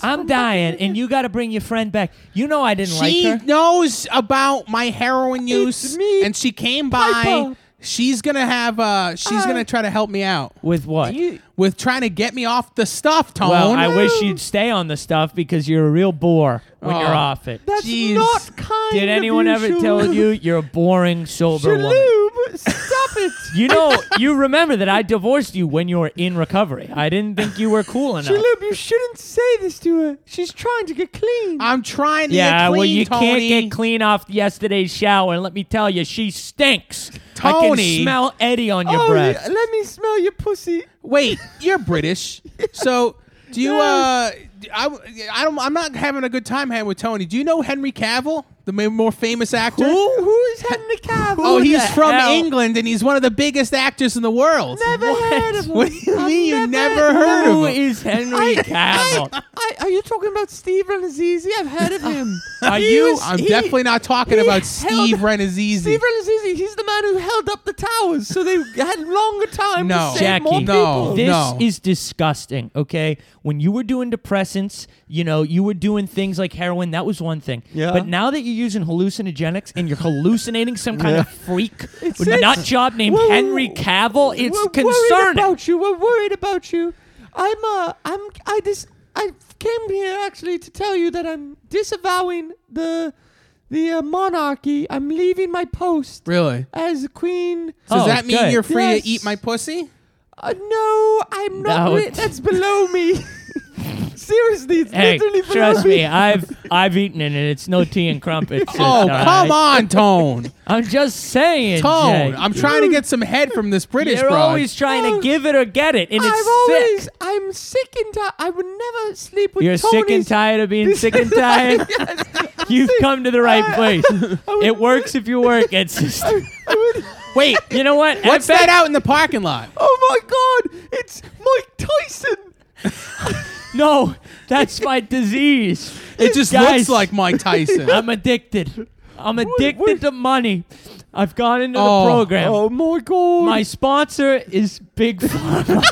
Speaker 1: Oh
Speaker 3: I'm dying, and you got to bring your friend back. You know I didn't
Speaker 1: She
Speaker 3: like her.
Speaker 1: knows about my heroin use,
Speaker 4: me,
Speaker 1: and she came by.
Speaker 4: Piper.
Speaker 1: She's gonna have. Uh, she's
Speaker 4: I-
Speaker 1: gonna try to help me out
Speaker 3: With what?
Speaker 1: with trying to get me off the stuff, Tone.
Speaker 3: well, I wish you'd stay on the stuff because you're a real bore when
Speaker 1: Oh.
Speaker 3: you're off it.
Speaker 4: That's
Speaker 1: Jeez.
Speaker 4: not kind.
Speaker 3: Did anyone ever tell you you're a boring, sober woman?
Speaker 4: Shalub, stop it.
Speaker 3: You know, you remember that I divorced you when you were in recovery. I didn't think you were cool enough.
Speaker 4: Shalub, you shouldn't say this to her. She's trying to get clean.
Speaker 1: I'm trying to
Speaker 3: Yeah,
Speaker 1: get clean,
Speaker 3: well, you
Speaker 1: Tony.
Speaker 3: can't get clean off yesterday's shower. And let me tell you, she stinks. I
Speaker 1: Tony.
Speaker 3: can smell Eddie on your
Speaker 4: oh,
Speaker 3: breath.
Speaker 4: yeah, let me smell your pussy.
Speaker 1: Wait, you're British, so do you? Uh, I, I don't. I'm not having a good time hanging with Tony. Do you know Henry Cavill? the ma- more famous actor.
Speaker 3: Who who is having the car?
Speaker 1: Oh,
Speaker 3: Who
Speaker 1: he's
Speaker 3: the
Speaker 1: from
Speaker 3: hell?
Speaker 1: England and he's one of the biggest actors in the world.
Speaker 4: Never heard of him.
Speaker 1: What do you
Speaker 4: I've
Speaker 1: mean you never heard of
Speaker 3: Who
Speaker 1: him?
Speaker 3: is Henry Cavill?
Speaker 4: I, I, are you talking about Steve Renazizi? I've heard of him.
Speaker 3: Are
Speaker 4: He
Speaker 3: you-
Speaker 4: was-
Speaker 1: I'm
Speaker 4: he-
Speaker 1: definitely not talking
Speaker 4: he
Speaker 1: about
Speaker 4: held-
Speaker 1: Steve Renazizi.
Speaker 4: Steve Renazizi. He's the man who held up the towers, so they had longer time
Speaker 1: No.
Speaker 4: to save
Speaker 3: Jackie,
Speaker 4: more
Speaker 1: No.
Speaker 4: people.
Speaker 3: this
Speaker 1: no.
Speaker 3: is disgusting. Okay, when you were doing depressants, you know, you were doing things like heroin. That was one thing.
Speaker 4: Yeah.
Speaker 3: But now that you're using hallucinogenics and you're hallucinating some kind of freak nut job named
Speaker 4: We're-
Speaker 3: Henry Cavill, it's
Speaker 4: we're Worried
Speaker 3: concerning.
Speaker 4: about you. We're worried about you. I'm uh I'm I dis I came here actually to tell you that I'm disavowing the the uh, monarchy. I'm leaving my post.
Speaker 1: Really?
Speaker 4: As queen.
Speaker 1: Does
Speaker 3: Oh,
Speaker 1: that mean
Speaker 3: good.
Speaker 1: you're free
Speaker 4: Yes.
Speaker 1: to eat my pussy?
Speaker 4: Uh, no, I'm not.
Speaker 3: No.
Speaker 4: ri- that's below me. Seriously, it's
Speaker 3: Hey,
Speaker 4: literally below
Speaker 3: trust me, I've I've eaten it, and it's no tea and crumpets. It's
Speaker 1: Oh,
Speaker 3: all
Speaker 1: come
Speaker 3: right.
Speaker 1: on, Tone.
Speaker 3: I'm just saying,
Speaker 1: Tone.
Speaker 3: Jay.
Speaker 1: I'm Uh, trying to get some head from this British
Speaker 3: You're
Speaker 1: broad.
Speaker 3: always trying to
Speaker 4: No.
Speaker 3: give it or get it, and it's
Speaker 4: I've
Speaker 3: sick.
Speaker 4: always. I'm sick and tired. I would never sleep with
Speaker 3: You're sick and
Speaker 4: Tony's-
Speaker 3: tired of being sick and tired. You've come to the right place. It works if you work. It's just,
Speaker 4: I would-
Speaker 1: Wait,
Speaker 3: you know what? I
Speaker 1: what's
Speaker 3: bet-
Speaker 1: that out in the parking lot?
Speaker 4: oh my God! It's Mike Tyson.
Speaker 3: No, that's my disease.
Speaker 1: It just
Speaker 3: Guys.
Speaker 1: looks like Mike Tyson.
Speaker 3: I'm addicted. I'm addicted to money. I've gone into
Speaker 1: Oh,
Speaker 3: the program.
Speaker 4: Oh my God!
Speaker 3: My sponsor is Big Pharma.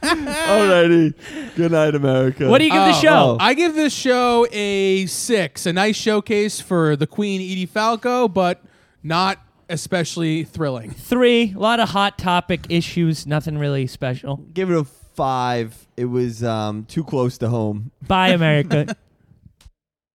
Speaker 4: Alrighty. Good night, America.
Speaker 3: what do you give the
Speaker 1: Oh,
Speaker 3: show?
Speaker 1: I give this show a six. A nice showcase for the Queen Edie Falco, but not especially thrilling.
Speaker 3: Three. A lot of hot topic issues. Nothing really special.
Speaker 4: give it a five? It was um, too close to home.
Speaker 3: Bye, America.